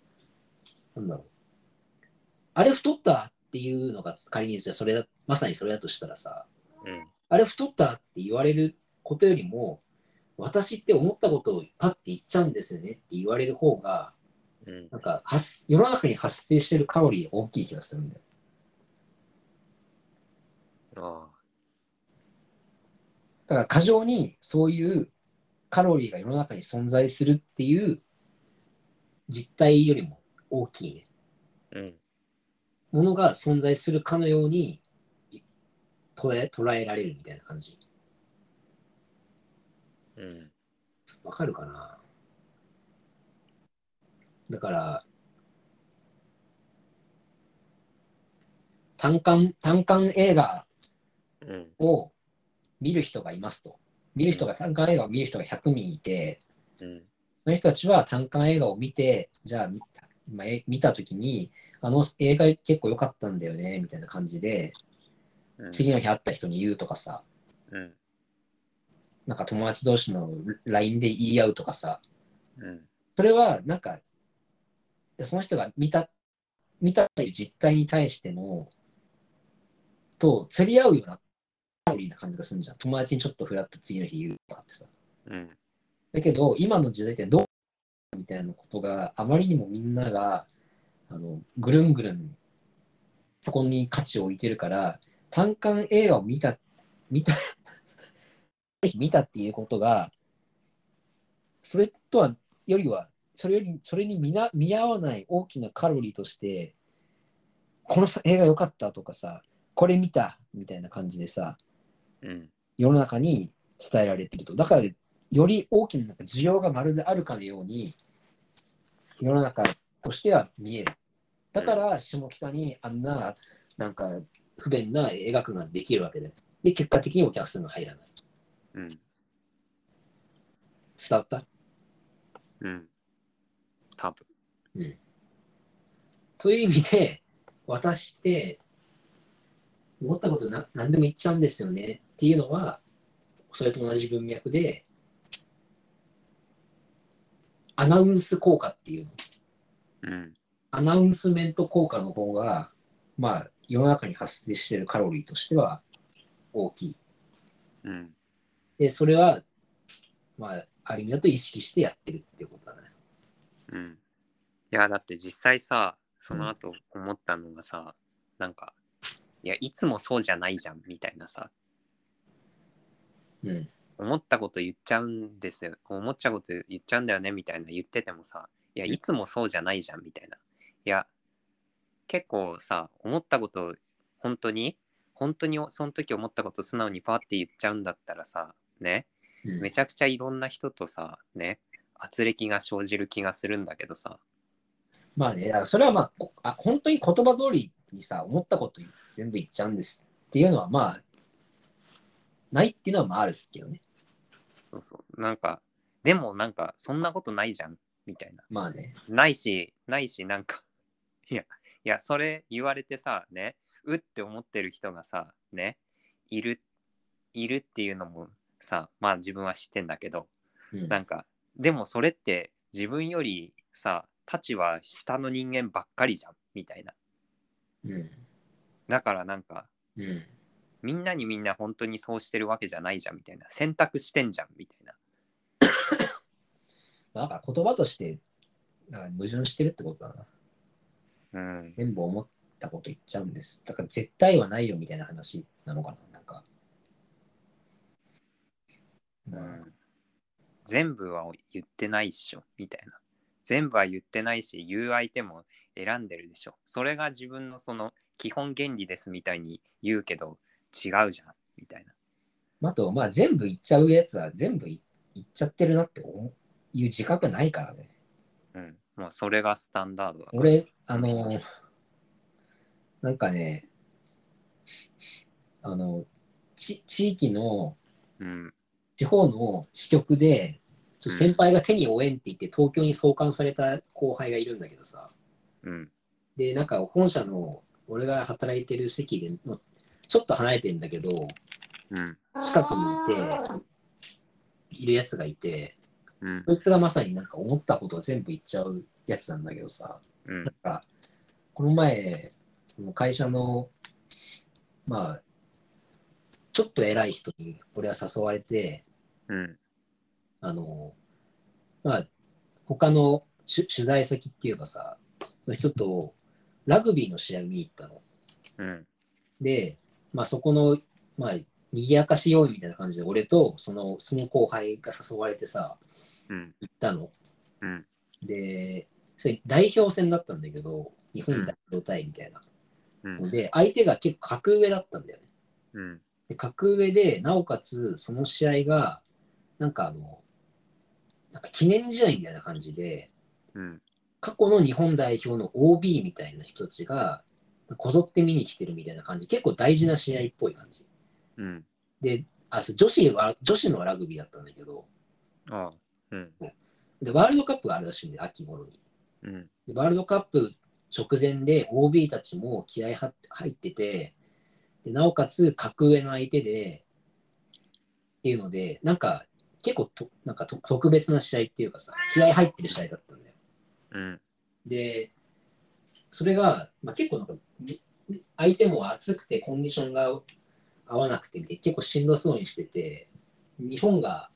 Speaker 1: なんだろうあれ太ったっていうのが仮にじゃあそれだまさにそれだとしたらさ
Speaker 2: うん。
Speaker 1: あれ太ったって言われることよりも私って思ったことをパッて言っちゃうんですよねって言われる方が
Speaker 2: うん。
Speaker 1: なんか発世の中に発生してるカロリー大きい気がするんだよ。
Speaker 2: あ
Speaker 1: だから過剰にそういうカロリーが世の中に存在するっていう実態よりも大きいね。
Speaker 2: あ。うん。
Speaker 1: ものが存在するかのように捉え捉えられるみたいな感じ。
Speaker 2: うん。
Speaker 1: わかるかなだから、単館、単館映画
Speaker 2: うん。
Speaker 1: を見る人がいますと。見る人が、単館映画を見る人が100人いて、
Speaker 2: うん。
Speaker 1: その人たちは単館映画を見て、じゃあ見た、まあ、え見たときに、あの映画結構良かったんだよね、みたいな感じで、
Speaker 2: うん。
Speaker 1: 次の日会った人に言うとかさ、
Speaker 2: うん。
Speaker 1: なんか友達同士の LINE で言い合うとかさ、
Speaker 2: うん。
Speaker 1: それはなんか、いやその人が見た、見たという実態に対しての、と釣り合うようなカロリーな感じがするんじゃん。友達にちょっとフラッと次の日言うとかってさ。
Speaker 2: うん。
Speaker 1: だけど、今の時代ってどうみたいなことがあまりにもみんながあのぐるんぐるんそこに価値を置いてるから単館映画を見た見た、 見たっていうことが、それとは、よりは、それより、それに見な見合わない大きなカロリーとして、この映画良かったとかさ、これ見たみたいな感じでさ、
Speaker 2: うん。
Speaker 1: 世の中に伝えられてると。だから、より大きななんか需要がまるであるかのように、世の中としては見える。だから、下北にあんな、なんか、不便な映画館ができるわけで。で、結果的にお客さんが入らない。
Speaker 2: うん。
Speaker 1: 伝わった
Speaker 2: うん。多分。
Speaker 1: という意味で、私って、思ったことな何でも言っちゃうんですよねっていうのは、それと同じ文脈で、アナウンス効果っていうの、
Speaker 2: うん。
Speaker 1: アナウンスメント効果の方が、まあ、世の中に発生しているカロリーとしては大きい。
Speaker 2: うん。
Speaker 1: で、それは、まあ、ある意味だと意識してやってるっていうことだね。
Speaker 2: うん。いや、だって実際さ、その後思ったのがさ、なんか、いや、いつもそうじゃないじゃん、みたいなさ、
Speaker 1: うん。
Speaker 2: 思ったこと言っちゃうんですよ、思っちゃうこと言っちゃうんだよね、みたいな言っててもさ、いや、いつもそうじゃないじゃん、みたいな。いや、結構さ、思ったこと、本当に、本当にその時思ったこと素直にパーって言っちゃうんだったらさ、ね、
Speaker 1: うん
Speaker 2: めちゃくちゃいろんな人とさ、ね、圧力が生じる気がするんだけどさ、
Speaker 1: まあね、だからそれはまあこあ、本当に言葉通りにさ、思ったこと全部言っちゃうんですっていうのはまあ、ないっていうのはまああるけどね。
Speaker 2: そうそう、なんか、でもなんか、そんなことないじゃん、みたいな。
Speaker 1: まあね。
Speaker 2: ないし、ないし、なんか、いや、いや、それ言われてさ、ね、うって思ってる人がさ、ね、いる、いるっていうのもさ、まあ自分は知ってんだけど、
Speaker 1: うん
Speaker 2: なんか、でもそれって自分よりさ、立は下の人間ばっかりじゃん、みたいな。
Speaker 1: うん。
Speaker 2: だからなんか、
Speaker 1: うん。
Speaker 2: みんなにみんな本当にそうしてるわけじゃないじゃんみたいな選択してんじゃんみたいな
Speaker 1: まあだから言葉として、なんか矛盾してるってことだな。
Speaker 2: うん
Speaker 1: 全部思ったこと言っちゃうんです。だから絶対はないよみたいな話なのかな。なんか。
Speaker 2: うん全部は言ってないっしょみたいな全部は言ってないし言う相手も選んでるでしょそれが自分のその基本原理ですみたいに言うけど違うじゃんみたいな
Speaker 1: あと、まあ全部言っちゃうやつは全部い言っちゃってるなって思ういう自覚ないからね。
Speaker 2: うんもうそれがスタンダードだ
Speaker 1: 俺、あのーなんかね、あの、ち地域の、
Speaker 2: うん
Speaker 1: 地方の支局で、ちょ
Speaker 2: うん
Speaker 1: 先輩が手に負えんって言って、東京に送還された後輩がいるんだけどさ、
Speaker 2: うん
Speaker 1: で、なんか本社の、俺が働いてる席で、まちょっと離れてんだけど、
Speaker 2: うん
Speaker 1: 近くにいて、いるやつがいて、
Speaker 2: うん
Speaker 1: そいつがまさになんか思ったことを全部言っちゃうやつなんだけどさ、
Speaker 2: うん
Speaker 1: なんか、この前、その会社の、まあ、ちょっと偉い人に俺は誘われて、
Speaker 2: うん
Speaker 1: あの、まあ、他の取取材先っていうかさ、の人とラグビーの試合見に行ったの。
Speaker 2: うん
Speaker 1: で、まあ、そこの、まあ、賑やかし要員みたいな感じで、俺とそのその後輩が誘われてさ、
Speaker 2: うん
Speaker 1: 行ったの。
Speaker 2: うん
Speaker 1: で、それ代表戦だったんだけど、日本代表対みたいな。
Speaker 2: うん
Speaker 1: ので、相手が結構格上だったんだよね。
Speaker 2: うん
Speaker 1: で、格上で、なおかつ、その試合が、なんかあの、なんか記念試合みたいな感じで、
Speaker 2: うん
Speaker 1: 過去の日本代表の OB みたいな人たちが、こぞって見に来てるみたいな感じ、結構大事な試合っぽい感じ。
Speaker 2: うん
Speaker 1: で、あ、そう女子は、女子のラグビーだったんだけど、
Speaker 2: ああうん
Speaker 1: で、ワールドカップがあるらしいんで、秋頃に。
Speaker 2: うん
Speaker 1: でワールドカップ直前で OB たちも気合は入っててで、なおかつ格上の相手で、っていうので、なんか結構となんかと特別な試合っていうかさ、気合入ってる試合だったんだよ。
Speaker 2: うん
Speaker 1: で、それが、まあ、結構なんか、相手も暑くてコンディションが合わなくてみて、結構しんどそうにしてて、日本が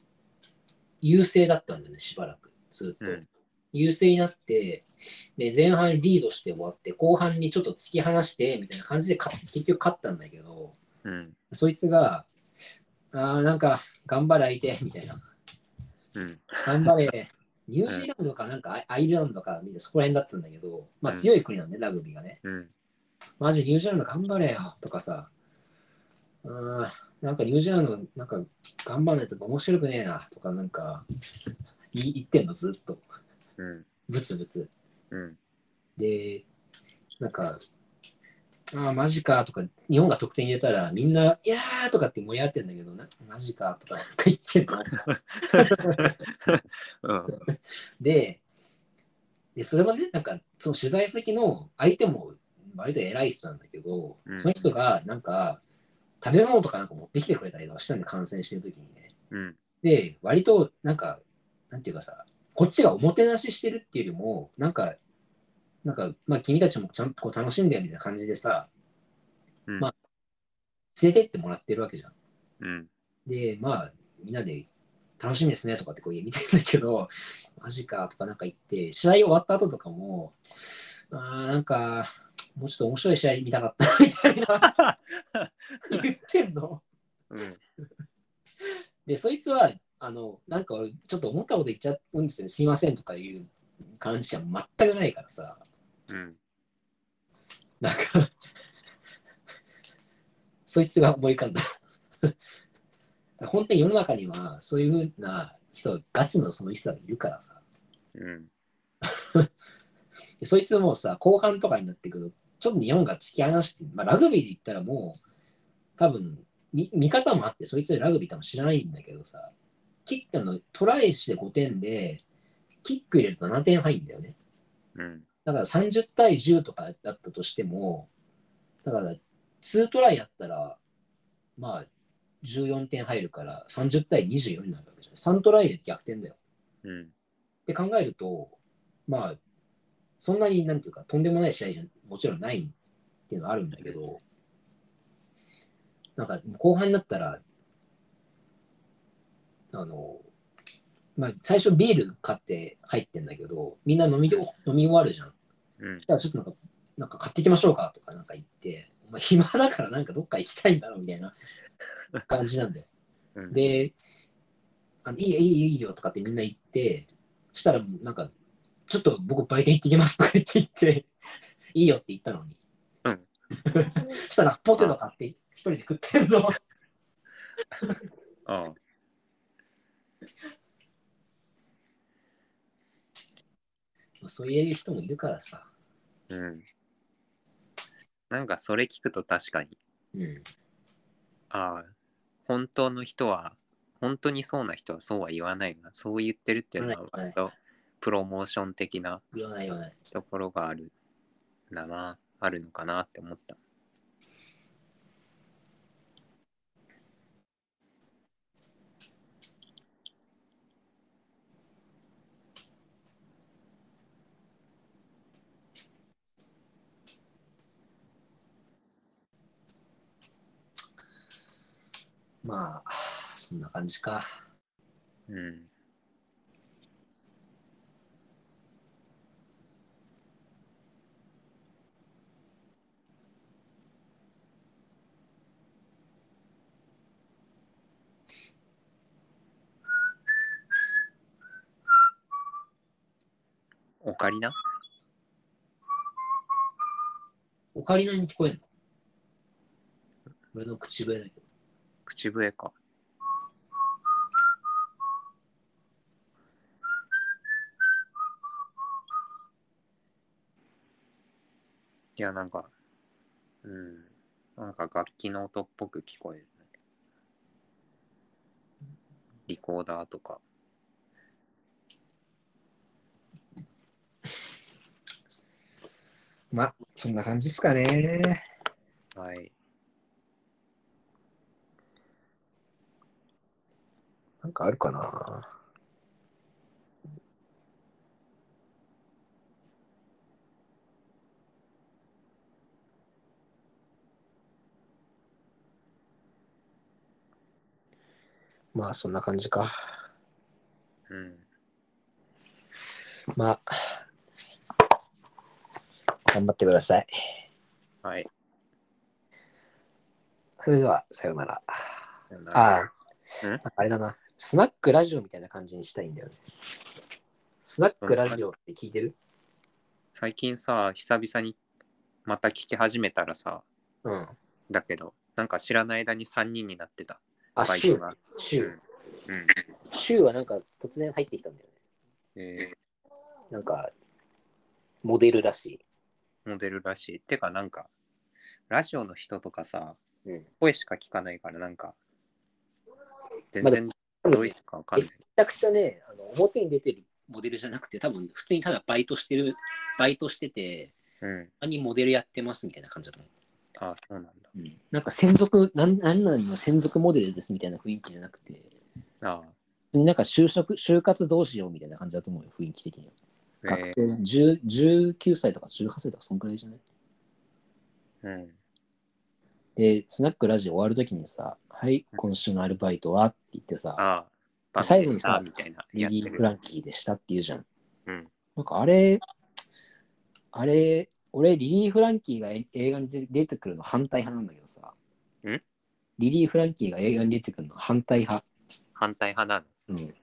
Speaker 1: 優勢だったんだよね、しばらく、ずっと。
Speaker 2: うん
Speaker 1: 優勢になって、で、前半リードして終わって、後半にちょっと突き放して、みたいな感じで勝っ、結局勝ったんだけど、
Speaker 2: うん
Speaker 1: そいつが、ああ、なんか、頑張れ相手、みたいな。
Speaker 2: うん。
Speaker 1: 頑張れ。ニュージーランドかなんかアイアイルランドかみたいなそこら辺だったんだけど、まあ強い国なんで、ラグビーがね。
Speaker 2: うん。
Speaker 1: マジニュージーランド頑張れよとかさ。うーん、なんかニュージーランドなんか頑張らないと面白くねえなとかなんか言い言ってんのずっと。
Speaker 2: うん。
Speaker 1: ブツブツ。
Speaker 2: うん。
Speaker 1: で、なんか、ああ、マジかとか、日本が得点入れたらみんな、いやーとかって盛り上がってんだけど、なマジかとかなんか言ってんの。
Speaker 2: うん。
Speaker 1: で、でそれはね、なんか、その取材先の相手も割と偉い人なんだけど、
Speaker 2: うん
Speaker 1: その人が、なんか、食べ物とかなんか持ってきてくれたりとかしたんで、感染してる時にね。
Speaker 2: うん。
Speaker 1: で、割と、なんか、なんていうかさ、こっちがおもてなししてるっていうよりも、なんか、なんか、まあ、君たちもちゃんとこう楽しんだよみたいな感じでさ、
Speaker 2: うん
Speaker 1: まあ、連れてってもらってるわけじゃん。
Speaker 2: うん。
Speaker 1: で、まあ、みんなで楽しみですねとかってこう言うみたいだけど、 マジかとかなんか言って、試合終わった後とかも、あーなんか、もうちょっと面白い試合見たかったみたいな言ってんの。
Speaker 2: うん。
Speaker 1: で、そいつは、あの、なんか俺、ちょっと思ったこと言っちゃうんですよね、すいませんとかいう感じじゃ全くないからさ、
Speaker 2: うん。
Speaker 1: なんか、そいつが思い浮かんだ。 本当に世の中には、そういうふうな人、ガチのその人がいるからさ、
Speaker 2: うん。
Speaker 1: でそいつもさ、後半とかになってくると、ちょっと日本が突き放して、まあ、ラグビーで言ったらもう、多分み見方もあって、そいつラグビー多分知らないんだけどさ、キックあのトライして5点で、キック入れると7点入るんだよね。
Speaker 2: うん。
Speaker 1: だから30対10とかだったとしても、だから2トライやったら、まあ、14点入るから、30対24になるわけじゃん。3トライで逆転だよ。
Speaker 2: うん。
Speaker 1: って考えると、まあ、そんなになんていうか、とんでもない試合じゃもちろんないっていうのはあるんだけど、なんか後半になったら、あの、まあ、最初ビール買って入ってんだけど、みんな飲みよ飲み終わるじゃん。
Speaker 2: うん
Speaker 1: そし。たらちょっとなんか、なんか買ってきましょうかとかなんか言って、お前暇だからなんかどっか行きたいんだろうみたいな感じなんだよ。
Speaker 2: うん。
Speaker 1: で、あのいいよ、いいよ、いいよとかってみんな言って、したらもうなんか、ちょっと僕売店行ってきますとか言って言って、いいよって言ったのに。
Speaker 2: うん
Speaker 1: したらポテト買って一人で食ってんの。
Speaker 2: ああ。
Speaker 1: そういう人もいるからさ。
Speaker 2: うん。なんかそれ聞くと確かに、
Speaker 1: うん。
Speaker 2: ああ、本当の人は、本当にそうな人はそうは言わないな。そう言ってるっていうのは
Speaker 1: はいは
Speaker 2: 割
Speaker 1: い
Speaker 2: とプロモーション的な
Speaker 1: 言わない言わない。
Speaker 2: ところがあるんだな、あるのかなって思った。
Speaker 1: まあ、そんな感じか。
Speaker 2: うん。オカリナ
Speaker 1: オカリナに聞こえんの俺の口笛だけど。
Speaker 2: 口笛か。いや、なんか、うん、なんか楽器の音っぽく聞こえる、ね。リコーダーとか。
Speaker 1: まあ、そんな感じですかね。
Speaker 2: はい。
Speaker 1: なんかあるかな。まあそんな感じか。
Speaker 2: うん。
Speaker 1: まあ、頑張ってください。
Speaker 2: はい。
Speaker 1: それでは、さようなら。
Speaker 2: さよなら
Speaker 1: ああ、
Speaker 2: ん
Speaker 1: なんかあれだな、スナックラジオみたいな感じにしたいんだよね。スナックラジオって聞いてる
Speaker 2: 最近さ、久々にまた聞き始めたらさ、
Speaker 1: うん。
Speaker 2: だけど、なんか知らない間に3人になってた。
Speaker 1: あ、
Speaker 2: バイ
Speaker 1: シ
Speaker 2: ト
Speaker 1: ュー
Speaker 2: が。
Speaker 1: シュー。
Speaker 2: うん。
Speaker 1: シューはなんか突然入ってきたんだよね。
Speaker 2: え
Speaker 1: なんか、モデルらし
Speaker 2: ーモデルらしい。てか、なんか、ラジオの人とかさ、
Speaker 1: い。うん。
Speaker 2: 声しか聞かないから、なんか、全
Speaker 1: まだ
Speaker 2: 然どういう人かわかんない。
Speaker 1: めちゃくちゃね、あの表に出てるモデルじゃなくて、多分普通にただバイトしてる、バイトしてて、
Speaker 2: うん。
Speaker 1: 何モデルやってますみたいな感じだと思
Speaker 2: あ、そうなんだ。
Speaker 1: う。うん、なんか専属、なん何々の専属モデルですみたいな雰囲気じゃなくて、
Speaker 2: あ
Speaker 1: 普通になんか就職、就活どうしようみたいな感じだと思うよ、雰囲気的には。
Speaker 2: え
Speaker 1: 学
Speaker 2: ー
Speaker 1: 生、10 19歳とか18歳とか、そんくらいじゃない
Speaker 2: うん。
Speaker 1: で、スナックラジオ終わるときにさ、はい、今週のアルバイトはって言ってさ、
Speaker 2: ああ、
Speaker 1: 最後にさ
Speaker 2: バンドでしたみたいな、
Speaker 1: リ
Speaker 2: やって
Speaker 1: リー・フラ
Speaker 2: る。
Speaker 1: ンキーでしたって言うじゃん。
Speaker 2: うん。
Speaker 1: なんかあれ、あれ、俺、リリー・フランキーがえ映画に出出てくるの反対派なんだけどさ。
Speaker 2: ん
Speaker 1: リリー・フランキーが映画に出てくるの反対派。
Speaker 2: 反対派な
Speaker 1: うん。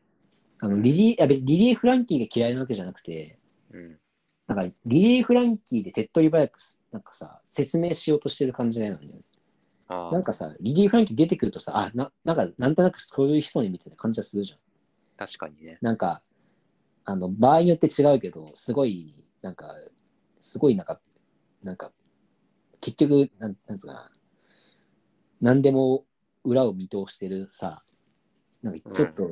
Speaker 1: あの、リリー、いや別にリリー・フランキーが嫌いなわけじゃなくて、
Speaker 2: の。うん。
Speaker 1: なんかリリー・フランキーで手っ取り早く、なんかさ、説明しようとしてる感じなんだよね。
Speaker 2: あ
Speaker 1: なんかさ、リリー・フランキー出てくるとさ、あ、ななんか、なんとなくそういう人にみたいな感じはするじゃん。
Speaker 2: あ、確かにね。
Speaker 1: なんか、あの、場合によって違うけど、すごい、なんか、すごい、なんか、なんか、結局、なん、なんつうかな、何でも裏を見通してるさ、なんか、ちょっと、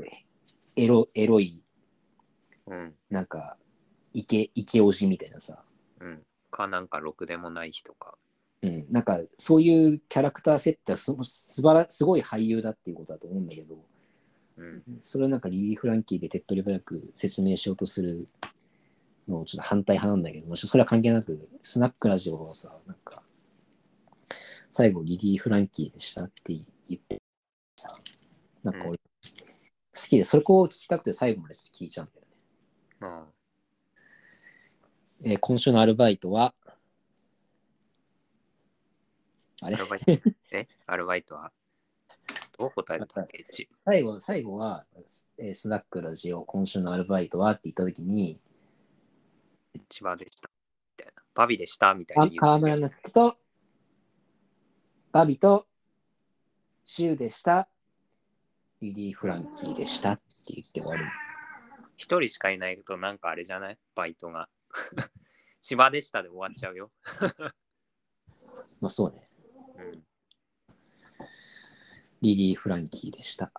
Speaker 1: エロ、エロい、
Speaker 2: うん。
Speaker 1: なんか、イケ、イケおじみたいなさ、
Speaker 2: うん。か、なんか、ろくでもない人か。
Speaker 1: うん、なんか、そういうキャラクター設定はすすばら、すごい俳優だっていうことだと思うんだけど、
Speaker 2: うん。
Speaker 1: それをなんかリリー・フランキーで手っ取り早く説明しようとするのをちょっと反対派なんだけども、それは関係なく、スナックラジオをさ、なんか、最後リリー・フランキーでしたって言ってさ、なんか俺、
Speaker 2: う
Speaker 1: 好きで、それこう聞きたくて最後まで聞いちゃうんだよ
Speaker 2: あ
Speaker 1: ね。えー今週のアルバイトは、あ
Speaker 2: あ。ア
Speaker 1: れ
Speaker 2: ルバイ ト。えアルバイトはどう答えたっけち。
Speaker 1: 最後、最後は、えースナックラジオ、今週のアルバイトはって言ったときに、
Speaker 2: 千葉でした。みたいな。バビでしたみたいな
Speaker 1: あ
Speaker 2: 言う。
Speaker 1: 川村夏樹と、バビと、シュウでした。リリー・フランキーでしたって言って終わる。
Speaker 2: 一人しかいないと、なんかあれじゃないバイトが。 千葉でしたで終わっちゃうよ。
Speaker 1: まあそうね。
Speaker 2: うん。
Speaker 1: リリー・フランキーでした。